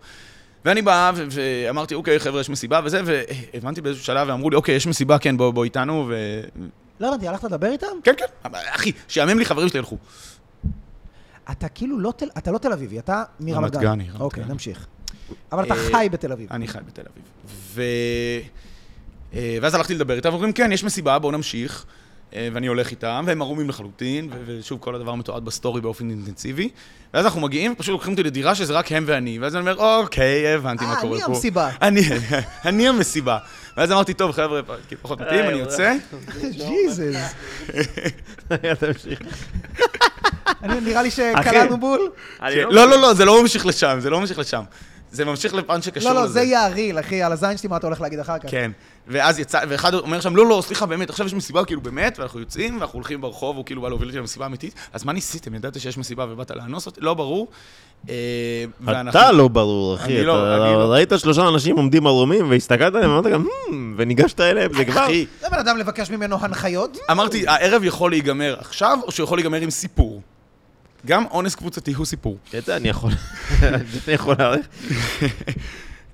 C: ואני בא ו- ואמרתי, אוקיי, חבר'ה, יש מסיבה וזה, והבנתי באיזשהו שלב, ואמרו לי, אוקיי, יש מסיבה, כן, בוא, בוא איתנו, ו...
A: לא הבנתי, הלכת לדבר איתם?
C: כן, כן, אחי, שיאמם לי, חברים שלי ילכו.
A: אתה כאילו לא תל... אתה לא תל אביבי, אתה מרמת
C: רמת
A: גן.
C: גני, רמת
A: אוקיי,
C: גן.
A: נמשיך. אבל אתה
C: אה,
A: חי בתל אביב.
C: אני חי בתל אביב. ו... אה, ואז הלכתי לדבר איתם, ואומרים, כן, יש מסיבה, בואו נמשיך. אה, ואני הולך איתם, והם ערומים לחלוטין, ו- ושוב, כל הדבר מתועד בסטורי באופן אינטנסיבי. ואז אנחנו מגיעים, פשוט לוקחים אותי לדירה שזה רק הם ואני, ואז אני אומר, אוקיי, הבנתי מה
A: אה,
C: קורה פה.
A: אני המסיבה.
C: אני, אני המסיבה. ואז אמרתי, טוב, חבר'ה, כאילו, פחות מתאים, אני יוצא.
A: ג'יזוס.
B: תמשיך.
A: אני- נראה לי שקלענו בול.
B: אני
C: כן. לא, לא, לא, זה לא ממשיך לשם, זה לא ממשיך לשם. זה ממשיך לפן שקשור
A: לא,
C: לזה.
A: לא, זה יעריל, אחי, על הזין שלי, מה אתה הולך להגיד אחר כך.
C: כן, ואז יצא, ואחד אומר שם, לא, לא, סליחה, באמת, עכשיו יש מסיבה, כאילו, באמת, ואנחנו יוצאים, ואנחנו הולכים ברחוב, הוא כאילו בא להוביל אותי למסיבה אמיתית, אז מה ניסיתם? ידעת שיש מסיבה ובאת לאנוס אותי? לא ברור. אה, ואנחנו-
B: אתה לא ברור,
C: אני
B: אחי.
C: לא,
B: אתה
C: אני לא.
B: ראית שלושה אנשים עומדים ערומים, והסתכלת עליהם, ואמרת גם, "Hmm", וניגשת אליהם, זה כבר...
C: אחי,
A: זה בן אדם לבקש ממנו הנחיות?
C: אמרתי, הערב יכול להיגמר עכשיו, או שהוא יכול להיגמר עם סיפור. גם אונס קבוצתי הוא סיפור.
B: קטע, אני יכול... אני יכול להעריך.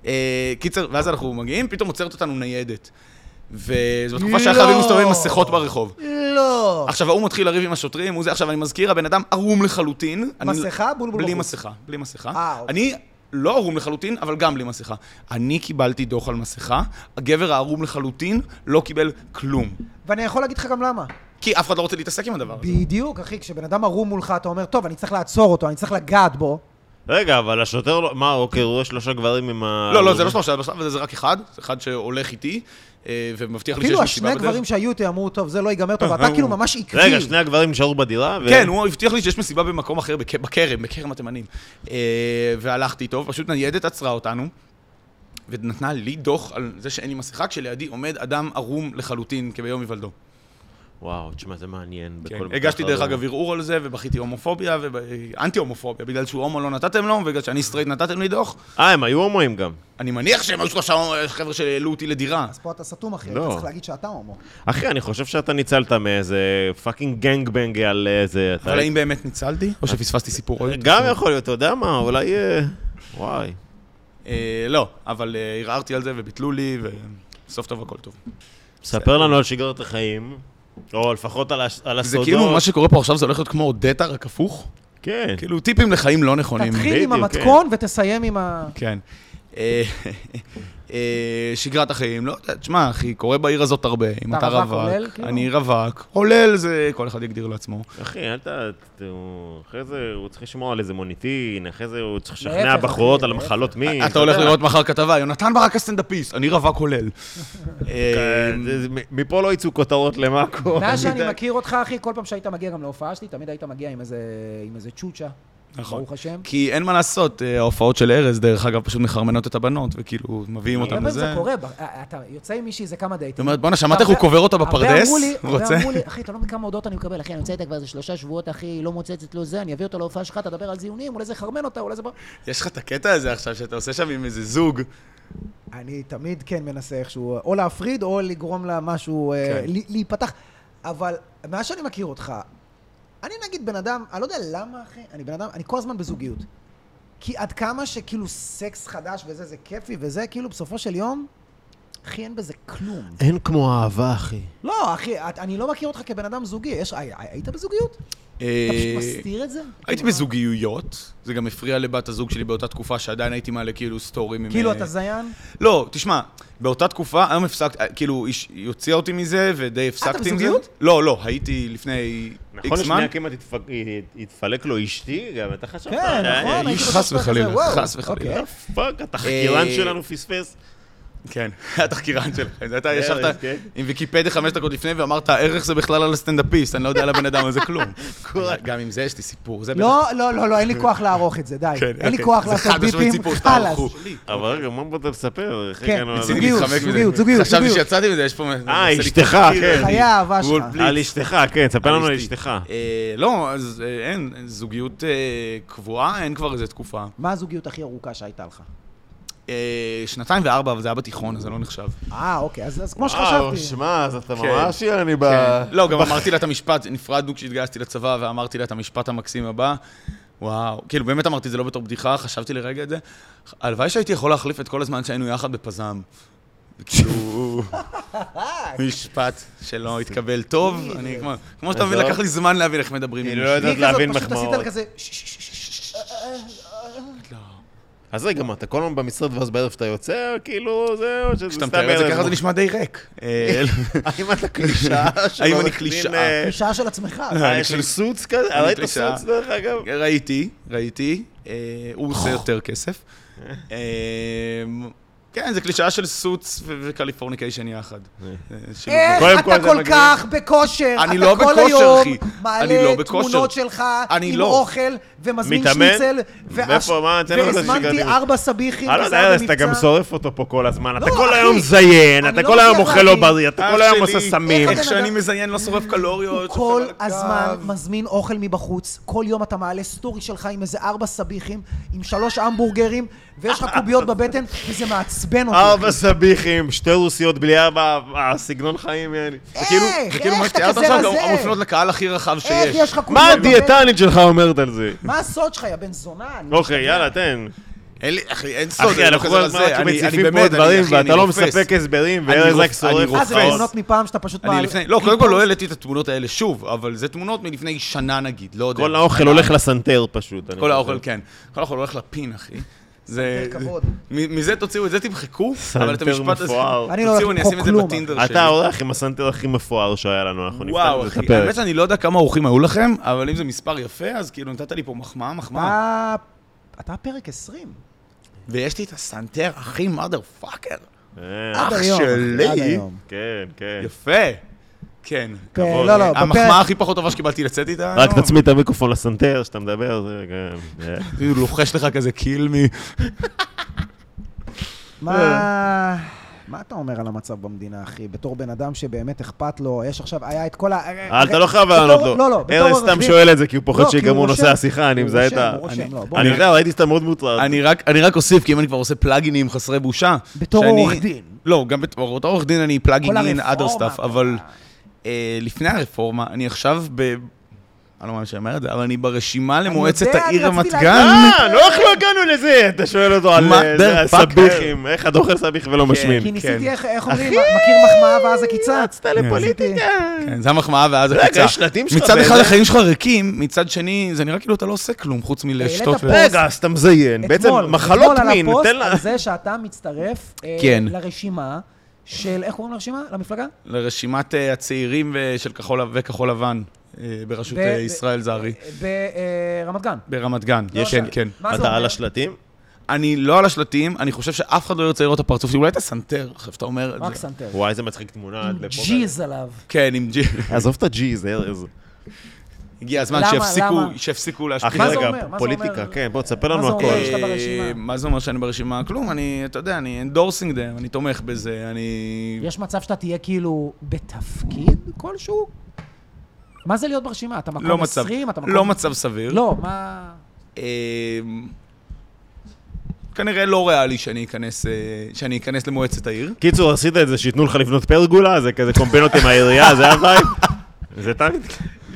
C: אה, קיצר, ואז אנחנו מגיעים, פתאום עוצרת אותנו ניידת. וזו
B: לא!
C: תקופה שהיה חייבים להסתובב עם מסכות ברחוב.
A: לא.
C: נכון. עכשיו, ההוא מתחיל לריב עם השוטרים, הוא זה, עכשיו, אני מזכיר, הבן אדם ערום לחלוטין. אני-
A: מסכה? בולבול
C: בלי
A: בחוץ.
C: מסכה, בלי
A: אה,
C: מסכה.
A: אוקיי.
C: אני לא ערום לחלוטין, אבל גם בלי מסכה. אני קיבלתי דוח על מסכה, הגבר הערום לחלוטין לא קיבל כלום.
A: ואני יכול להגיד לך גם למה.
C: כי אף אחד לא רוצה להתעסק עם הדבר הזה.
A: בדיוק, אחי, כשבן אדם ערום מולך, אתה אומר, טוב, אני צריך לעצור אותו, אני צריך לגעת בו.
B: רגע, אבל השוטר לא... מה, אוקיי, הוא רואה שלושה גברים עם ה...
C: לא, לא, זה לא שלושה, בשלב הזה זה רק אחד, זה אחד שהולך איתי, אה, ומבטיח לי שיש
A: אפילו
C: מסיבה
A: כאילו, השני
C: בדרך. אה,
A: גברים שהיו איתי אמרו, טוב, זה לא ייגמר טוב, ואתה כאילו ממש עקבי.
B: רגע, שני הגברים נשארו בדירה? ו-
C: כן, הוא הבטיח לי שיש מסיבה במקום אחר, בכ- בכרם, בכרם התימנים. אה, והלכתי איתו, פשוט ניידת עצרה אותנו, ונתנה לי דוח על זה שאין לי מסכה, כשלידי עומד אדם ערום לחלוטין, כביום היוולדו.
B: וואו, תשמע, זה מעניין.
C: כן,
B: בכל מקרה
C: הגשתי
B: אחר.
C: דרך אגב ערעור על זה, ובכיתי הומופוביה, ואנטי-הומופוביה, בגלל שהוא הומו לא נתתם לו, ובגלל שאני סטרייט נתתם לי דוח.
B: אה, הם היו הומואים גם.
C: אני מניח שהם היו שלושה חבר'ה שהעלו אותי לדירה.
A: אז פה אתה סתום, אחי,
B: לא.
A: אתה צריך להגיד שאתה הומו.
B: אחי, אני חושב שאתה ניצלת מאיזה פאקינג גנגבנג על איזה... אתה-
C: אבל האם באמת ניצלתי? או שפספסתי אה, סיפור עוד?
B: גם יכול להיות, אתה יודע מה, אולי... אה, וואי.
C: אה, לא, אבל אה, ערערתי על זה וביטלו לי, וסוף טוב הכל טוב.
B: ספר לנו על שגרת החיים, או לפחות על הש- על
C: זה
B: הסודות.
C: כאילו מה שקורה פה עכשיו זה הולך להיות כמו אודטה, רק הפוך.
B: כן.
C: כאילו טיפים לחיים לא נכונים.
A: תתחיל
B: בדיוק,
A: עם המתכון ותסיים עם ה...
C: כן. אה, אה, שגרת החיים, לא יודע, תשמע, אחי, קורה בעיר הזאת הרבה. אם
A: אתה
C: אתה
A: רווק,
C: רווק,
A: עולל, כאילו?
C: אני רווק. עולל זה, כל אחד יגדיר לעצמו.
B: אחי, אל ת... ת- הוא- אחרי זה הוא צריך לשמוע על איזה מוניטין, אחרי זה הוא צריך לשכנע
A: להפך,
B: בחורות
A: אחי,
B: על
A: להפך.
B: מחלות מין.
C: אתה הולך
B: יודע.
C: לראות מחר כתבה, יונתן ברק הסטנדאפיסט, אני רווק עולל. אה,
B: כן, זה- זה- מ- מפה לא יצאו כותרות למאקו.
A: מאז שאני
B: יודע.
A: מכיר אותך, אחי, כל פעם שהיית מגיע גם להופעה שלי, תמיד היית מגיע עם איזה, עם איזה צ'וצ'ה.
C: נכון.
A: ברוך השם.
C: כי אין מה לעשות, אה, ההופעות של ארז, דרך אגב, פשוט מחרמנות את הבנות, וכאילו, מביאים
A: הרבה
C: אותן
A: פעמים
C: לזה.
A: אה, זה קורה, ב- אה, אתה יוצא עם מישהי, זה כמה דייטים.
C: זאת אומרת, בואנה, שמעת איך הוא קובר אותה בפרדס?
A: רוצה?
C: רוצה?
A: הרבה אמרו לי, אחי, אתה לא מבין כמה הודעות אני מקבל, אחי, אני יוצא איתה כבר איזה שלושה שבועות, אחי, היא לא מוצצת לו זה, אני אביא אותה להופעה שלך, תדבר על זיונים, אולי זה חרמן אותה, אולי זה... בר-"
C: יש לך את הקטע הזה עכשיו, שאתה עושה שם עם איזה זוג.
A: אני תמיד כן מנסה איכשהו, או להפריד, או לגרום לה משהו, אה,
C: כן.
A: לי- להיפתח. אבל מאז שאני מכיר אותך, אני נגיד בן אדם, אני לא יודע למה, אחי, אני בן אדם, אני כל הזמן בזוגיות. כי עד כמה שכאילו סקס חדש וזה, זה כיפי וזה, כאילו בסופו של יום, אחי, אין בזה כלום.
B: אין כמו אהבה, אחי.
A: לא, אחי, את- אני לא מכיר אותך כבן אדם זוגי. יש, הי- היית בזוגיות?
C: אה,
A: אתה פשוט מסתיר את זה?
C: הייתי
A: כאילו,
C: בזוגיות, זה גם הפריע לבת הזוג שלי באותה תקופה, שעדיין הייתי מעלה כאילו סטורים עם...
A: כאילו,
C: אה,
A: אתה זיין?
C: לא, תשמע, באותה תקופה, היום הפסקתי, אה, כאילו, היא ש- היא הוציאה אותי מזה, ודי הפסקתי עם זה.
A: אה, בזוגיות?
C: לא, לא, הייתי לפני
B: נכון,
C: איקס זמן.
B: לשנייה כמעט התפ- הת- התפלק לו אשתי, גם אתה חשבת...
A: כן,
B: אה,
A: נכון,
B: אה,
A: הייתי
C: חס
A: בטוח כזה,
C: וחלילה,
A: וואו,
C: חס וחלילה.
A: אוקיי.
B: פאק, התחקירן
C: אה,
B: שלנו פספס.
C: כן, התחקירן שלכם. זה אתה
B: ארז,
C: ישבת
B: כן.
C: עם ויקיפדיה חמש דקות לפני ואמרת, הערך זה בכלל על הסטנדאפיסט, אני לא יודע על הבן אדם הזה כלום. גם עם זה יש לי סיפור, זה
A: לא, לא, לא, לא, אין לי כוח לערוך את זה, די.
C: כן,
A: אין לי
C: אוקיי.
A: כוח
C: זה
A: לעשות
C: חד משמעית
A: ביפים,
C: סיפור שאתה
A: חלאס.
C: ערכו.
B: אבל
C: אוקיי.
B: רגע, מה בוא תספר? איך
A: כן,
B: הגענו לזה?
C: ניסיתי
A: זוגיות,
C: להתחמק מזה.
A: זוגיות, זוגיות,
C: חשבתי
A: זוגיות.
C: שיצאתי מזה, יש פה...
B: אה,
C: מנסה
B: אשתך,
C: להתחכם.
B: כן.
A: חיי האהבה שלך.
C: בול
B: על אשתך, כן, ספר לנו על
C: אשתי.
B: אשתך.
C: אה, לא, אז אה, אין, זוגיות אה, קבועה, אין כבר איזה תקופה.
A: מה הזוגיות הכי ארוכה שהייתה לך?
C: אה, שנתיים וארבע, אבל זה היה בתיכון, אז זה לא נחשב.
A: אה, אוקיי, אז אז כמו
B: וואו,
A: שחשבתי.
B: אה, שמע, אז אתה
C: כן.
B: ממש יעני ב...
C: לא, גם אמרתי לה את המשפט, נפרדנו כשהתגייסתי לצבא, ואמרתי לה את המשפט המקסים הבא. וואו, כאילו באמת אמרתי את זה לא בתור בדיחה, חשבתי לרגע את זה. הלוואי שהייתי יכול להחליף את כל הזמן שהיינו יחד בפזם. כאילו, משפט שלא התקבל טוב, אני כמו, כמו שאתה מבין,
B: עזוב.
C: לקח לי זמן להבין איך מדברים עם
B: היא לא
C: מישהו.
B: יודעת להבין מחמאות.
A: כזה... "ש- ש- ש- ש- ש- ש-
C: לא.
B: אז רגע, מה, אתה כל הזמן במשרד ואז בערב אתה יוצא, כאילו, זה, או שזה
C: כשאתה
B: סתם
C: מתאר את זה
B: בערב?
C: ככה זה נשמע די ריק. אה,
B: האם אתה קלישאה? של
C: האם אני
B: עורך
C: קלישאה?
B: דין, אה,
A: קלישאה של עצמך.
C: אני
B: של
C: קלישאה.
B: סוץ כזה?
C: אני
B: ראית
C: קלישאה.
B: סוץ, דרך אגב? Oh.
C: ראיתי, ראיתי, אה, הוא עושה יותר כסף. אה, כן, זה קלישאה של סוץ ו- וקליפורניקיישן יחד. אה, שילוב מגניב.
B: קודם
A: איך
B: כל
A: אתה
B: זה
A: כל
B: מגניב.
A: כך בכושר?
C: אני
A: אתה
C: לא
A: כל
C: בכושר,
A: היום
C: אחי. אני
A: מעלה
C: לא בכושר.
A: תמונות שלך
C: אני
A: עם
C: לא.
A: אוכל ומזמין
B: מתאמן?
A: שניצל.
B: מאיפה, מה, תן לי את
A: והזמנתי
B: השיגעון.
A: ארבע סביחים,
C: אה, לא,
B: אהלן
A: וזה היה
B: ארז, אה, אתה
A: במבצע.
B: גם שורף אותו פה כל הזמן. אתה
A: לא,
B: כל
A: אחי,
B: היום מזיין,
A: אני
B: אתה
A: לא
B: כל היום
A: מצליח
B: אוכל לא
A: להבין.
B: בריא, אתה
C: אח
B: כל היום
C: שלי,
B: עושה סמים. אה.
A: איך
C: איך
A: אתה
C: שאני
A: נגע-
C: מזיין, לא שורף קלוריות.
A: הוא כל
C: שוכב על
A: הזמן
C: הקו.
A: מזמין אוכל מבחוץ, כל יום אתה מעלה סטורי שלך עם איזה ארבע סביחים, עם שלוש המבורגרים, ויש לך קוביות בבטן, וזה מעצבן אותי.
B: ארבע סביחים, שתי רוסיות בלי ארבע, הסגנון חיים, יעני.
A: איך?
B: כאילו,
C: זה כאילו
A: איך
C: מה
A: אתה
C: שתיארת
A: כזה
C: עכשיו,
A: רזה?
C: גם מופנות לקהל הכי רחב שיש.
A: איך יש לך קוביות
B: מה
A: בבטן?
B: הדיאטנית שלך אומרת על זה?
A: מה הסוד שלך, יא בן זונה? אני
B: אוקיי, יאללה, תן.
C: אין לי, אחי, אין סוד.
B: אחי,
C: אני
B: אנחנו
C: לא
B: כל
C: כזה
B: הזמן
C: רזה.
B: רק
C: אני- אני
B: מציפים פה
C: באמת, אני-
B: דברים,
C: אחי, אני
B: ואתה לא
C: רופס.
B: מספק הסברים,
C: אני
B: וארז רק
C: רופ-
B: שורף
C: אני
A: אה, זה
C: רופס.
B: אותך.
A: תמונות מפעם שאתה פשוט
C: לא, אני
A: מעלה.
C: לפני, לא, קודם כל לא העליתי את התמונות האלה שוב, אבל זה תמונות מלפני שנה נגיד, לא יודע.
B: כל האוכל הולך לסנטר פשוט. אני
C: כל האוכל,
B: חושב.
C: כן. כל האוכל הולך לפין, אחי. זה...
A: סנטר כבוד.
C: מ- מזה תוציאו את זה, תמחקו, אבל את
B: סנטר
C: המשפט הזה...
B: מפואר.
A: אני לא הולך
C: תוציאו, אני אשים
A: למחוק
C: את זה
A: כלום,
C: בטינדר שלי.
B: אתה הולך עם הסנטר הכי מפואר שהיה לנו, אנחנו נפתח
C: וואו,
B: את
C: אחי,
B: זה את הפרק.
C: האמת שאני לא יודע כמה אורחים היו לכם, אבל אם זה מספר יפה, אז כאילו נתת לי פה מחמאה, מחמאה.
A: אתה... אתה פרק 20.
C: ויש לי את הסנטר, אחי, mother fucker.
B: אה,
A: עד
C: אח
A: היום, אחי,
C: שלי.
A: עד היום.
B: כן, כן.
C: יפה. כן.
A: כן,
B: כבוד.
A: לא, לא,
C: המחמאה
A: בפרק...
C: הכי פחות טובה שקיבלתי לצאת איתה. לא.
B: רק
C: היום.
B: תצמיד את המיקרופון לסנטר, כשאתה מדבר, זה גם... אה.
C: כאילו לוחש לך כזה קיל מי. אה.
A: מה... מה אתה אומר על המצב במדינה, אחי? בתור בן אדם שבאמת אכפת לו, יש עכשיו, היה את כל ה...
B: אה, אתה לא חייב
A: בתור-
B: לענות לו.
A: לא, לא, בתור
B: ארז סתם
A: עורך דין-
B: שואל את זה, כי הוא פוחד
A: לא, כי
B: שיגמרו
A: הוא
B: נושא
A: רושם.
B: השיחה, אני
A: הוא
B: מזהה את
A: רושם,
B: ה...
A: הוא רושם, לא, בוא.
B: אני יודע, ראיתי שאתה מאוד מוטרד.
C: אני רק, אני רק אוסיף, כי אם אני כבר עושה פלאגינים חסרי בושה.
A: בתור
C: שאני-
A: עורך דין.
C: לא, גם בתור בתור עורך דין אני פלאגין
A: כל
C: אין, other
A: הרפורמה,
C: stuff, אבל
A: כל
C: אה, לפני הרפורמה, אני עכשיו ב... אני לא מאמין שאני אומר את זה, אבל אני ברשימה למועצת
A: יודע, אני
C: העיר
A: רציתי
C: רמת
A: להגיד.
C: גן.
B: אה, לא, איך לא הגענו לזה? אתה שואל אותו על
C: מה,
B: אה,
C: דר
B: זה,
C: פאקר.
B: הסביחים, איך אתה אוכל סביח ולא
A: כי
B: משמין.
A: ניסיתי,
C: כן.
A: איך- איך אומרים, מכיר מחמאה ואז עקיצה.
B: רצת לפוליטיקה.
C: כן, זה המחמאה ואז
B: רגע,
C: הקצה.
B: יש שלטים שלך
C: מצד
B: באיזה-
C: אחד החיים שלך ריקים, מצד שני, זה נראה כאילו אתה לא עושה כלום חוץ מלשתות.
A: העלית
C: ו-
A: פה-
B: רגע, אז אתה מזיין. בעצם
A: אתמול,
B: מחלות מין,
A: אתמול
B: תן
A: על
B: לה...
A: הפוסט על זה שאתה מצטרף אה,
C: כן.
A: לרשימה של, איך קוראים לרשימה? למפלגה?
C: לרשימת אה, הצעירים אה, של כחול וכחול לבן, אה, בראשות
A: ב-
C: אה,
A: ב-
C: ישראל זרי,
A: ברמת גן.
C: ברמת גן.
A: לא
C: כן,
A: שם.
C: כן.
A: מה זה
B: אתה על
A: אומר?
B: השלטים?
C: אני לא על השלטים, אני חושב שאף אחד לא ירצה לראות את הפרצוף שלי, אולי את הסנטר, עכשיו שאתה אומר את
A: רק
C: זה.
A: סנטר. Mm,
B: וואי, איזה מצחיק תמונה.
A: עם
B: עד לפה.
A: ג'יז עליו.
C: כן, עם ג'י.
B: עזוב את הג'יז, אה, ארז.
C: הגיע הזמן
A: למה?
C: שיפסיקו,
A: למה?
C: שיפסיקו להשפיע.
B: אחי,
A: מה זה
B: רגע,
A: אומר? מה זה
B: פוליטיקה,
A: אומר?
B: כן, בוא, תספר
A: זה
B: לנו
A: אומר?
B: הכל.
A: אה, שאתה
C: אה,
A: ברשימה.
C: מה זה אומר שאני ברשימה? כלום, אני, אתה יודע, אני אנדורסינג דם, אני תומך בזה, אני...
A: יש מצב שאתה תהיה כאילו בתפקיד כלשהו? מה זה להיות ברשימה? אתה
C: לא
A: מקום
C: מצב,
A: 20? אתה מקום...
C: לא מצב סביר.
A: לא, מה...
C: אה, כנראה לא ריאלי שאני אכנס, אה, שאני אכנס למועצת העיר.
B: קיצור, עשית את זה שייתנו לך לבנות פרגולה, זה כזה קומבינות עם העירייה, זה הווייב. זה תמיד,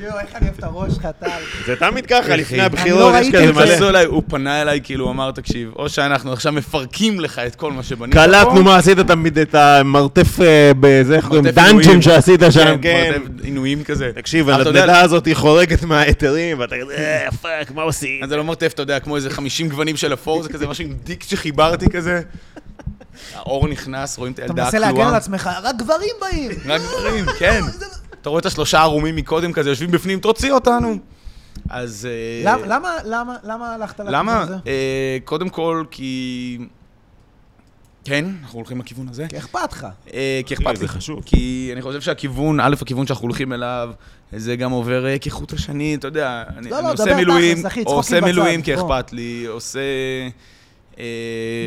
A: יואו, איך אני אוהב את הראש שלך, טל.
B: זה תמיד ככה, לפני
C: לא
B: הבחירות יש
A: ראיתי
B: כזה
A: את זה.
B: מלא.
C: נכנסו אליי, הוא פנה אליי, כאילו, הוא אמר, תקשיב, או שאנחנו עכשיו מפרקים לך את כל מה שבנית פה.
B: קלטנו מה עשית תמיד, את המרתף, אה, בזה, איך קוראים?
C: מרתף
B: דאנג'ון
C: עינויים.
B: שעשית שם,
C: כן,
B: כן.
C: מרתף עינויים כזה.
B: תקשיב,
C: אבל אתה יודע-
B: הנדנדה הזאת היא חורגת מההיתרים, ואתה כזה, "אה, פאק, מה עושים?
C: אז זה לא מרתף, אתה יודע, כמו איזה 50 גוונים של אפור, זה כזה משהו עם דיק שחיברתי כזה. האור נכנס, רואים את
A: אתה
C: הילדה
A: מנסה להגן על
C: הכלואה.
A: עצמך, רק גברים באים.
C: רק גברים, כן. אתה רואה את השלושה הערומים מקודם כזה, יושבים בפנים, תוציא אותנו. אז... אה,
A: למ- למה, למה, למה הלכת
C: למה?
A: לכיוון הזה?
C: אה, קודם כל, כי... כן, אנחנו הולכים לכיוון הזה.
A: כי אכפת לך.
C: אה, כי אכפת לי.
B: זה חשוב.
C: כי אני חושב שהכיוון, א', הכיוון שאנחנו הולכים אליו, זה גם עובר אה, כחוט השני, אתה יודע, אני,
A: לא,
C: אני
A: לא,
C: עושה
A: דבר
C: מילואים,
A: תכלס, אחי,
C: או
A: צחוקים
C: עושה
A: בצד,
C: מילואים כי
A: בוא.
C: אכפת לי, עושה... אה,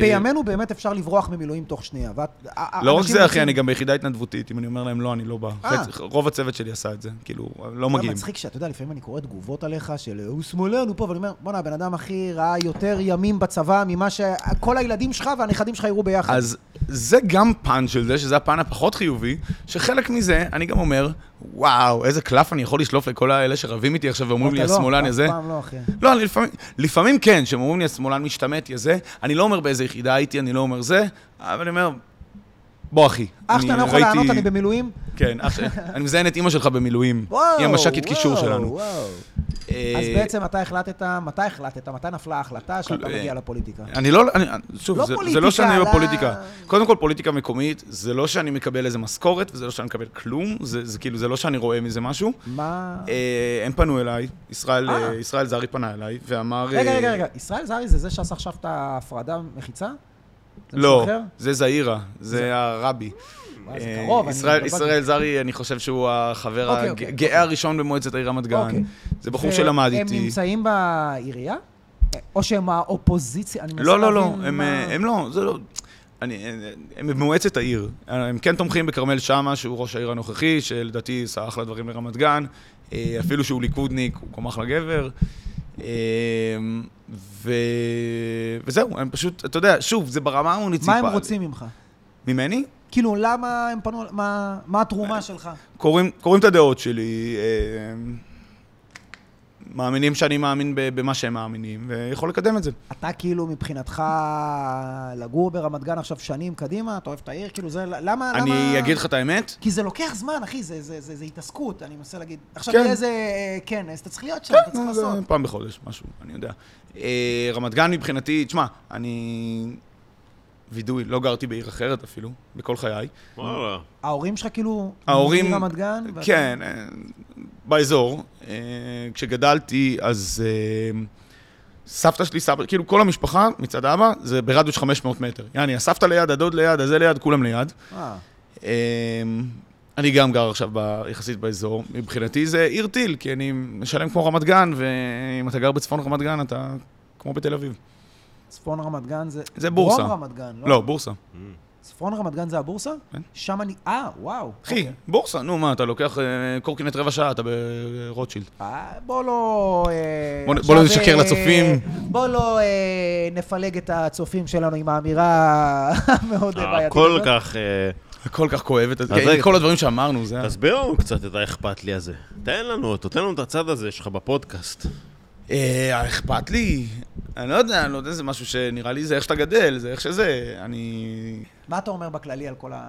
A: בימינו באמת אפשר לברוח ממילואים תוך שנייה. ואת- ה- ה-
C: לא רק
A: אנשים
C: זה, אחי,
A: רוצים-
C: אני גם ביחידה התנדבותית, אם אני אומר להם לא, אני לא בא.
A: אה.
C: חצי- רוב הצוות שלי עשה את זה, כאילו, לא
A: אתה יודע,
C: מגיעים.
A: מצחיק שאתה יודע, לפעמים אני קורא תגובות עליך של "אה, הוא שמאלן, הוא פה, ואני אומר, בואנה, הבן אדם הכי ראה יותר ימים בצבא ממה שכל הילדים שלך והנכדים שלך יראו ביחד.
C: אז זה גם פן של זה, שזה הפן הפחות חיובי, שחלק מזה, אני גם אומר, וואו, איזה קלף אני יכול לשלוף לכל האלה שרבים איתי עכשיו ואומרים לי,
A: אתה לא,
C: השמאלן,
A: אף
C: יא זה.
A: פעם לא, אחי.
C: לא, אני לפעמים, לפעמים כן, שהם אומרים לי, השמאלן משתמט, יא זה. אני לא אומר באיזה יחידה הייתי, אני לא אומר זה, אבל אני אומר, בוא, אחי.
A: אח שאתה
C: אני
A: לא יכול
C: ראיתי-
A: לענות, אני במילואים.
C: כן, אח שלי. אני מזיין את אימא שלך במילואים.
A: וואו,
C: היא המש"קית קישור
A: וואו,
C: שלנו.
A: וואו.
C: אה,
A: אז בעצם אתה החלטת, מתי החלטת, מתי נפלה ההחלטה שאתה
C: אה,
A: מגיע לפוליטיקה?
C: אני לא, אני, שוב,
A: לא
C: זה, זה
A: פוליטיקה,
C: לא שאני
A: לא-
C: בפוליטיקה. קודם כל, פוליטיקה מקומית, זה לא שאני מקבל איזה משכורת, וזה לא שאני מקבל כלום, זה, זה כאילו, זה לא שאני רואה מזה משהו.
A: מה...
C: אה, הם פנו אליי, ישראל,
A: אה.
C: אה, ישראל זרי פנה אליי, ואמר...
A: רגע,
C: אה,
A: רגע, רגע, ישראל זרי זה זה שעשה עכשיו את ההפרדה מחיצה? זה מישהו
C: לא,
A: אחר?
C: זה זעירה, זה הרבי.
A: וואי, זה
C: אה,
A: קרוב, אני-
C: ישראל,
A: לא
C: ישראל זרי, אני חושב שהוא החבר
A: אוקיי, אוקיי,
C: הגאה הראשון במועצת העיר רמת גן.
A: אוקיי.
C: זה בחור
A: ו-
C: שלמד
A: הם
C: איתי.
A: נמצאים בעירייה? או שהם האופוזיציה? אני מנסה
C: לא, לא, לא,
A: להבין
C: הם,
A: מה-
C: אה, הם לא, זה לא... אני, אה, הם במועצת העיר. הם כן תומכים בכרמל שאמה, שהוא ראש העיר הנוכחי, שלדעתי עשה אחלה דברים לרמת גן. אה, אפילו שהוא ליכודניק, הוא קום אחלה גבר. אה, ו... וזהו, הם פשוט, אתה יודע, שוב, זה ברמה
A: מה
C: המוניציפלית.
A: הם רוצים ממך?
C: ממני?
A: כאילו, למה הם פנו, מה, מה
C: אה.
A: התרומה שלך?
C: קוראים, קוראים את הדעות שלי, אה, מאמינים שאני מאמין ב- במה שהם מאמינים, ויכול לקדם את זה.
A: אתה כאילו מבחינתך לגור ברמת גן עכשיו שנים קדימה, אתה אוהב את העיר, כאילו זה, למה, למה...
C: אני אגיד לך את האמת,
A: כי זה לוקח זמן, אחי, זה, זה, זה, זה התעסקות, אני מנסה להגיד. עכשיו
C: כן.
A: יהיה איזה אה, כנס, אתה צריך להיות שם, אתה צריך
C: כן, זה
A: לעשות.
C: פעם בחודש, משהו, אני יודע. אה, רמת גן מבחינתי, תשמע, אני וידוי, לא גרתי בעיר אחרת אפילו, בכל חיי.
B: וואלה.
A: ההורים שלך כאילו...
C: ההורים-
A: מרמת גן? ואתה-
C: כן, אה, באזור. אה, כשגדלתי, אז אה, סבתא שלי, סבא, כאילו כל המשפחה מצד אבא, זה ברדיוס 500 מטר. יעני, הסבתא ליד, הדוד ליד, הזה ליד, כולם ליד.
A: אה,
C: אמ, אני גם גר עכשיו ב- יחסית באזור. מבחינתי זה עיר טיל, כי אני משלם כמו רמת גן, ואם אתה גר בצפון רמת גן, אתה כמו בתל אביב.
A: צפון רמת גן זה...
C: זה בורסה.
A: דרום רמת גן, לא?
C: לא, בורסה.
A: צפון רמת גן זה הבורסה?
C: כן.
A: שם אני... אה, וואו.
C: אחי, בורסה, נו מה, אתה לוקח אה, קורקינט רבע שעה, אתה ברוטשילד.
A: אה, בוא לא... אה,
C: בוא נ-
A: עכשיו,
C: בוא לא נשקר
A: אה,
C: לצופים.
A: בוא לא אה, נפלג את הצופים שלנו עם האמירה המאוד בעייתית.
B: כל
A: הזאת.
B: כך... אה,
C: כל כך כואב את
B: אז
C: זה.
B: רגע.
C: כל הדברים שאמרנו, זה... ה-
B: תסביר לנו קצת את האכפת לי הזה. תן לנו אותו, תן לנו את הצד הזה שלך בפודקאסט.
C: אה, אכפת לי? אני לא יודע, אני לא יודע, זה משהו שנראה לי זה איך שאתה גדל, זה איך שזה. אני...
A: מה אתה אומר בכללי על כל ה...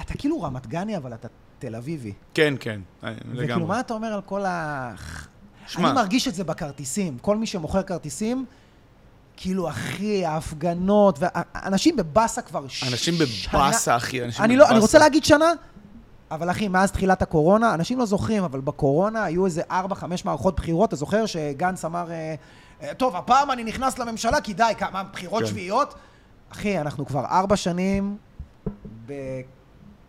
A: אתה כאילו רמת גני, אבל אתה תל אביבי.
C: כן, כן, אה, לגמרי.
A: וכאילו, מה אתה אומר על כל ה...
C: שמע.
A: שמע. אני מרגיש את זה בכרטיסים. כל מי שמוכר כרטיסים, כאילו, אחי, ההפגנות, וה- אנשים בבאסה כבר שנה...
C: אנשים בבאסה, אחי, אנשים
A: אני לא, אני
C: בבאסה.
A: רוצה להגיד שנה, אבל אחי, מאז תחילת הקורונה, אנשים לא זוכרים, אבל בקורונה היו איזה 4-5 מערכות בחירות, אתה זוכר שגנץ אמר, אה, אה, טוב, הפעם אני נכנס לממשלה, כי די, כמה בחירות
C: כן.
A: שביעיות? אחי, אנחנו כבר 4 שנים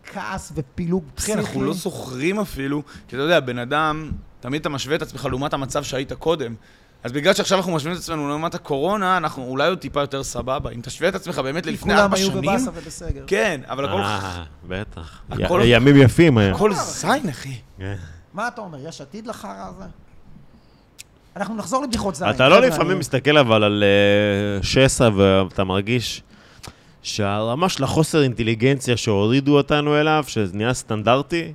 A: בכעס ופילוג
C: אחי,
A: פסיכי.
C: אנחנו לא זוכרים אפילו, כי אתה יודע, בן אדם, תמיד אתה משווה את עצמך לעומת המצב שהיית קודם. אז בגלל שעכשיו אנחנו משווים את עצמנו לעומת הקורונה, אנחנו אולי עוד טיפה יותר סבבה. אם תשווה את עצמך באמת
A: כי
C: ללפני
A: כולם
C: ארבע
A: היו
C: שנים...
A: בבאסה ובסגר.
C: כן, אבל הכל...
B: אה, בטח.
C: הכל-
B: י- ימים יפים היום.
C: הכל זין, אחי.
B: כן.
A: מה אתה אומר, יש עתיד לחרא הזה? אנחנו נחזור לבדיחות
C: אה,
A: זין.
B: אתה לא
C: כן,
A: חבר'ה,
B: לפעמים
A: אני-
B: מסתכל אבל על אה, שסע ואתה מרגיש שהרמה של החוסר אינטליגנציה שהורידו אותנו אליו, שזה נהיה סטנדרטי,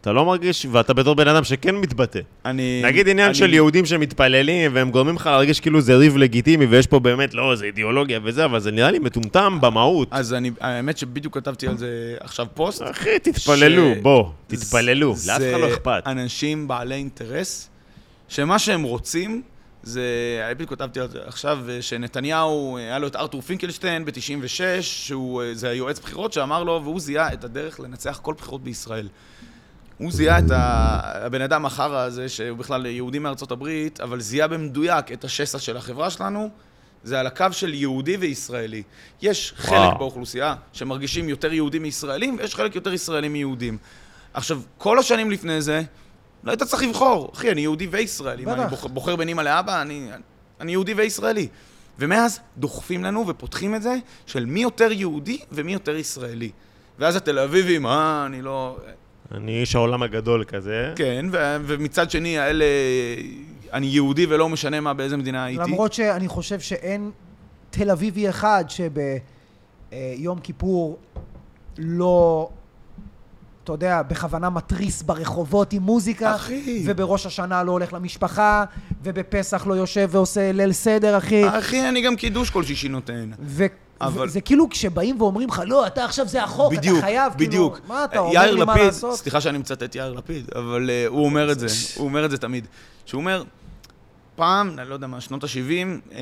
B: אתה לא מרגיש, ואתה בתור בן אדם שכן מתבטא.
C: אני...
B: נגיד עניין
C: אני-
B: של יהודים שמתפללים, והם גורמים לך להרגיש כאילו זה ריב לגיטימי, ויש פה באמת, לא, זה אידיאולוגיה וזה, אבל זה נראה לי מטומטם במהות.
C: אז אני... האמת שבדיוק כתבתי על זה עכשיו פוסט.
B: אחי, תתפללו,
C: ש-
B: בוא, אה, תתפללו,
C: זה-
B: לאף אחד לא אכפת.
C: זה אנשים בעלי אינטרס, שמה שהם רוצים, זה, אני בדיוק כתבתי על זה עכשיו, אה, שנתניהו, אה, היה לו את ארתור פינקלשטיין ב-96, שהוא, אה, זה היועץ בחירות שאמר לו, והוא זיהה את הדרך לנצח כל בחירות בישראל. הוא זיהה את ה- הבן אדם החרא הזה, שהוא בכלל יהודי מארצות הברית, אבל זיהה במדויק את השסע של החברה שלנו. זה על הקו של יהודי וישראלי. יש חלק
B: וואו.
C: באוכלוסייה שמרגישים יותר יהודים מישראלים, ויש חלק יותר ישראלים מיהודים. עכשיו, כל השנים לפני זה, לא היית צריך לבחור. אחי, אני יהודי וישראלי. מה, אני
A: בטח.
C: בוחר, בוחר בין אימא לאבא? אני, אני יהודי וישראלי. ומאז דוחפים לנו ופותחים את זה של מי יותר יהודי ומי יותר ישראלי. ואז התל אביבים, אה, אני לא...
B: אני איש העולם הגדול כזה.
C: כן, ו- ומצד שני, האלה, אני יהודי ולא משנה מה, באיזה מדינה הייתי.
A: למרות שאני חושב שאין תל אביבי אחד שביום כיפור לא, אתה יודע, בכוונה מתריס ברחובות עם מוזיקה,
C: אחי.
A: ובראש השנה לא הולך למשפחה, ובפסח לא יושב ועושה ליל סדר, אחי.
C: אחי, אני גם קידוש כל שישי נותן.
A: ו-
C: אה, אבל-
A: וזה כאילו כשבאים ואומרים לך, לא, אתה עכשיו זה החוק,
C: בדיוק,
A: אתה חייב,
C: בדיוק. אה,
A: כאילו, מה אתה אומר
C: יאיר
A: לי מה
C: לפיד,
A: לעשות?
C: סליחה שאני מצטט יאיר לפיד, אבל uh, הוא אומר את זה, הוא אומר את זה תמיד. שהוא אומר, פעם, אני לא יודע מה, שנות ה-70, uh,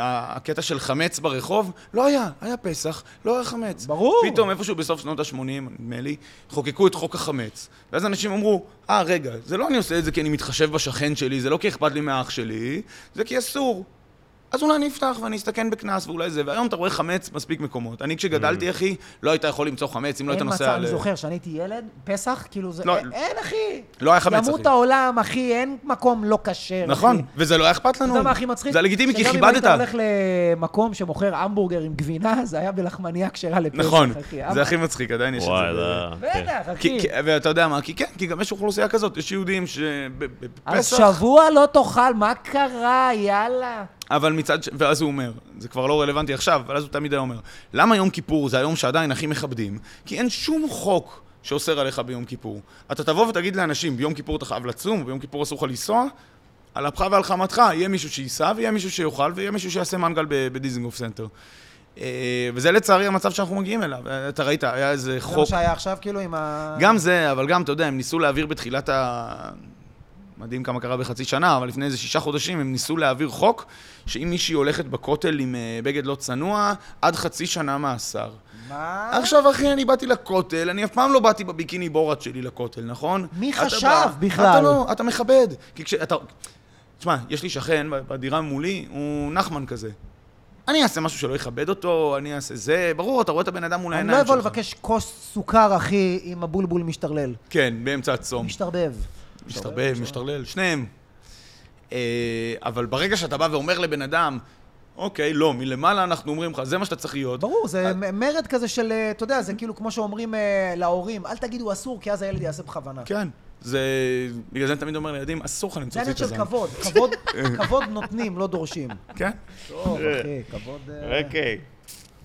C: הקטע של חמץ ברחוב, לא היה, היה פסח, לא היה חמץ.
A: ברור.
C: פתאום איפשהו בסוף שנות ה-80, נדמה לי, חוקקו את חוק החמץ. ואז אנשים אמרו, אה, רגע, זה לא אני עושה את זה כי אני מתחשב בשכן שלי, זה לא כי אכפת לי מהאח שלי, זה כי אסור. אז אולי אני אפתח ואני אסתכן בקנס ואולי זה, והיום אתה רואה חמץ מספיק מקומות. אני כשגדלתי, אחי, לא היית יכול למצוא חמץ אם לא היית
A: Mm. אין
C: נוסע...
A: מצב,
C: ל-
A: אני זוכר, כשאני הייתי ילד, פסח, כאילו זה...
C: לא,
A: אין- אין, אחי!
C: לא היה חמץ, אחי.
A: ימות העולם, אחי, אין מקום לא כשר,
C: נכון,
A: אחי.
C: וזה לא היה אכפת לנו.
A: אתה יודע מה הכי מצחיק?
C: זה היה לגיטימי, כי
A: שגם אם היית
C: כיבדת.
A: הולך למקום שמוכר המבורגר עם גבינה, זה היה בלחמניה כשרה לפסח,
C: נכון,
A: אחי.
C: זה הכי מצחיק, עדיין יש את
B: וואי,
C: זה.
B: זה... כן.
A: בטח, אחי.
C: כי- כי- ואתה יודע מה, כי כן, כי גם יש אוכלוסייה כזאת, יש יהודים
A: אז
C: שבפסח,
A: שבוע לא תאכל, מה קרה, יאללה.
C: אבל מצד ש... ואז הוא אומר, זה כבר לא רלוונטי עכשיו, אבל אז הוא תמיד היה אומר, למה יום כיפור זה היום שעדיין הכי מכבדים? כי אין שום חוק שאוסר עליך ביום כיפור. אתה תבוא ותגיד לאנשים, ביום כיפור אתה חייב לצום, ביום כיפור אסור לך לנסוע, על אפך ועל חמתך, יהיה מישהו שייסע, ויהיה מישהו שיאכל, ויהיה מישהו שיעשה מנגל ב- בדיזינגוף סנטר. אה, וזה לצערי המצב שאנחנו מגיעים אליו. אה, אתה ראית, היה איזה
A: זה מה
C: חוק...
A: שהיה עכשיו, כאילו, עם ה...
C: גם זה, אבל גם, אתה יודע, הם ניסו להעביר בתחילת ה... מדהים כמה קרה בחצי שנה, אבל לפני איזה שישה חודשים הם ניסו להעביר חוק שאם מישהי הולכת בכותל עם אה, בגד לא צנוע, עד חצי שנה מאסר.
A: מה?
C: עכשיו, אחי, אני באתי לכותל, אני אף פעם לא באתי בביקיני בורת שלי לכותל, נכון?
A: מי
C: אתה
A: חשב
C: בא,
A: בכלל?
C: אתה לא, אתה מכבד. כי כשאתה... תשמע, יש לי שכן בדירה מולי, הוא נחמן כזה. אני אעשה משהו שלא יכבד אותו, אני אעשה זה, ברור, אתה רואה את הבן אדם מול
A: אני
C: העיניים
A: לא
C: שלך.
A: אבוא לבקש כוס סוכר, אחי, אם הבולבול משתרלל.
C: כן, באמצע הצום.
A: משתרבב.
C: משתרבב, משתרלל, שניהם. אה, אבל ברגע שאתה בא ואומר לבן אדם, אוקיי, לא, מלמעלה אנחנו אומרים לך, זה מה שאתה צריך להיות.
A: ברור, זה
C: אה,
A: מ- מרד כזה של, אה, אתה יודע, זה כאילו כמו שאומרים אה, להורים, אל תגידו אסור, כי אז הילד יעשה בכוונה.
C: כן. זה... בגלל זה אני תמיד אומר לילדים, אסור לך
A: זה
C: למצוא
A: עניין
C: ציץ הזין.
A: של כבוד, כבוד- כבוד נותנים, לא דורשים.
C: כן.
A: טוב, אחי, כבוד... אה,
B: אוקיי.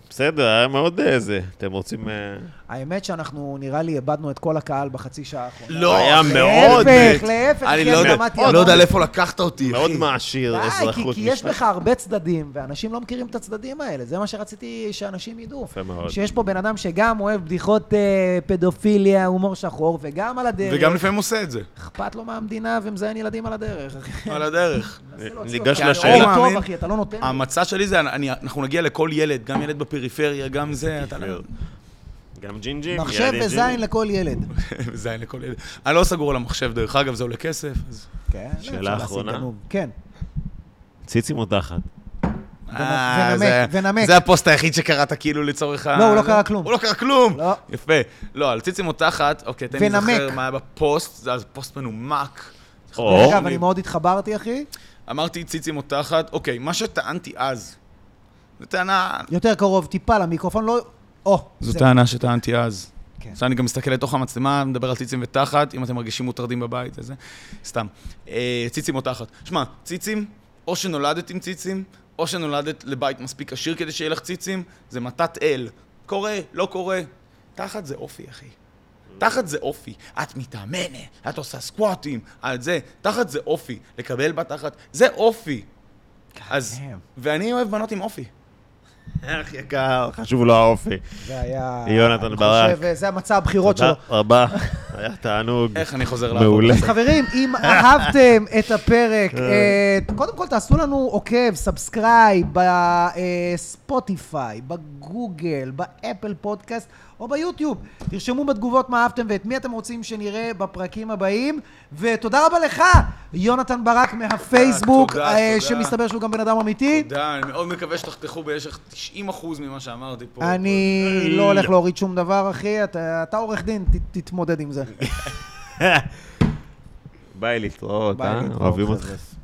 B: בסדר, היה מאוד אה, זה. אתם רוצים... אה,
A: האמת שאנחנו, נראה לי, איבדנו את כל הקהל בחצי שעה האחרונה.
C: לא,
B: היה
C: אחי.
B: מאוד,
A: להפך, להפך,
C: אני
A: אחי,
C: לא
A: אני
C: יודע-
A: למדתי
C: לא יודע
A: המון.
C: לאיפה לקחת אותי,
B: מאוד
C: אחי.
B: מעשיר
A: די, כי-
B: אזרחות
A: כי יש
B: משפט.
A: בך הרבה צדדים, ואנשים לא מכירים את הצדדים האלה. זה מה שרציתי שאנשים ידעו.
B: יפה מאוד.
A: שיש פה בן אדם שגם אוהב בדיחות אה, פדופיליה, הומור שחור, וגם על הדרך.
C: וגם לפעמים עושה את זה,
A: אכפת לו מהמדינה ומזיין ילדים על הדרך. אחי.
C: על הדרך.
A: מנסה להוציא
B: ניגש
A: אותו. כי
B: לשאלה.
A: הרעיון הוא טוב,
C: מאמין.
A: אחי, אתה לא נותן. לי.
C: המצע שלי זה, אני- אנחנו נגיע לכל ילד, גם ילד בפריפריה, גם זה, אתה לא...
B: גם ג'ינג'ים.
A: מחשב
B: ילדים
A: וזין לכל ילד.
C: זין לכל ילד. אני לא סגור על המחשב, דרך אגב, זה עולה כסף, אז...
A: כן,
B: שאלה
A: אפשר להשיג
B: אחרונה?
A: גנוב. כן.
B: ציצים או תחת?
C: אה,
A: ונמק,
C: זה-
A: ונמק.
C: זה הפוסט היחיד שקראת כאילו לצורך ה...
A: לא, הוא לא קרא כלום.
C: הוא לא קרא כלום.
A: לא.
C: יפה. לא, על ציצים או תחת, אוקיי, תן לי
A: ונמק.
C: לזכר מה היה בפוסט, זה היה פוסט מנומק.
B: או...
A: אגב, אני מאוד התחברתי, אחי.
C: אמרתי ציצים או תחת, אוקיי, מה שטענתי אז, זו טענה...
A: יותר קרוב טיפה למיקרופון, לא... או,
C: זו
A: זה-
C: טענה שטענתי אז.
A: כן.
C: עכשיו אני גם מסתכל לתוך המצלמה, מדבר על ציצים ותחת, אם אתם מרגישים מוטרדים בבית, זה זה. סתם. אה, ציצים או תחת. שמע, ציצים, או שנולדת עם ציצים, או שנולדת לבית מספיק עשיר כדי שיהיה לך ציצים, זה מתת אל. קורה, לא קורה. תחת זה אופי, אחי. תחת זה אופי. את מתאמנת, את עושה סקואטים, את זה. תחת זה אופי. לקבל בת תחת, זה אופי.
A: כן.
C: אז,
A: damn.
C: ואני אוהב בנות עם אופי.
B: אח יקר, חשוב לו האופי.
A: זה היה...
B: יונתן
A: אני
B: ברק.
A: חושב, אה, זה המצע הבחירות
B: תודה
A: שלו.
B: רבה, היה תענוג.
C: איך אני חוזר לעבוד?
B: מעולה.
A: אז חברים, אם אהבתם את הפרק,
B: כן.
A: אה, קודם כל תעשו לנו עוקב, סאבסקרייב, בספוטיפיי, בגוגל, באפל פודקאסט או ביוטיוב. תרשמו בתגובות מה אהבתם ואת מי אתם רוצים שנראה בפרקים הבאים. ותודה רבה לך, יונתן ברק מהפייסבוק,
C: תודה,
A: אה,
C: תודה.
A: שמסתבר שהוא גם בן אדם אמיתי.
C: תודה, אני מאוד מקווה שתחתכו בערך 90% ממה שאמרתי פה.
A: אני לא הולך להוריד שום דבר, אחי. אתה אתה עורך דין, ת- תתמודד עם זה.
B: ביי להתראות,
A: ביי
B: אה?
A: להתראות,
B: אוהבים
A: חבר'ה.
B: אותך.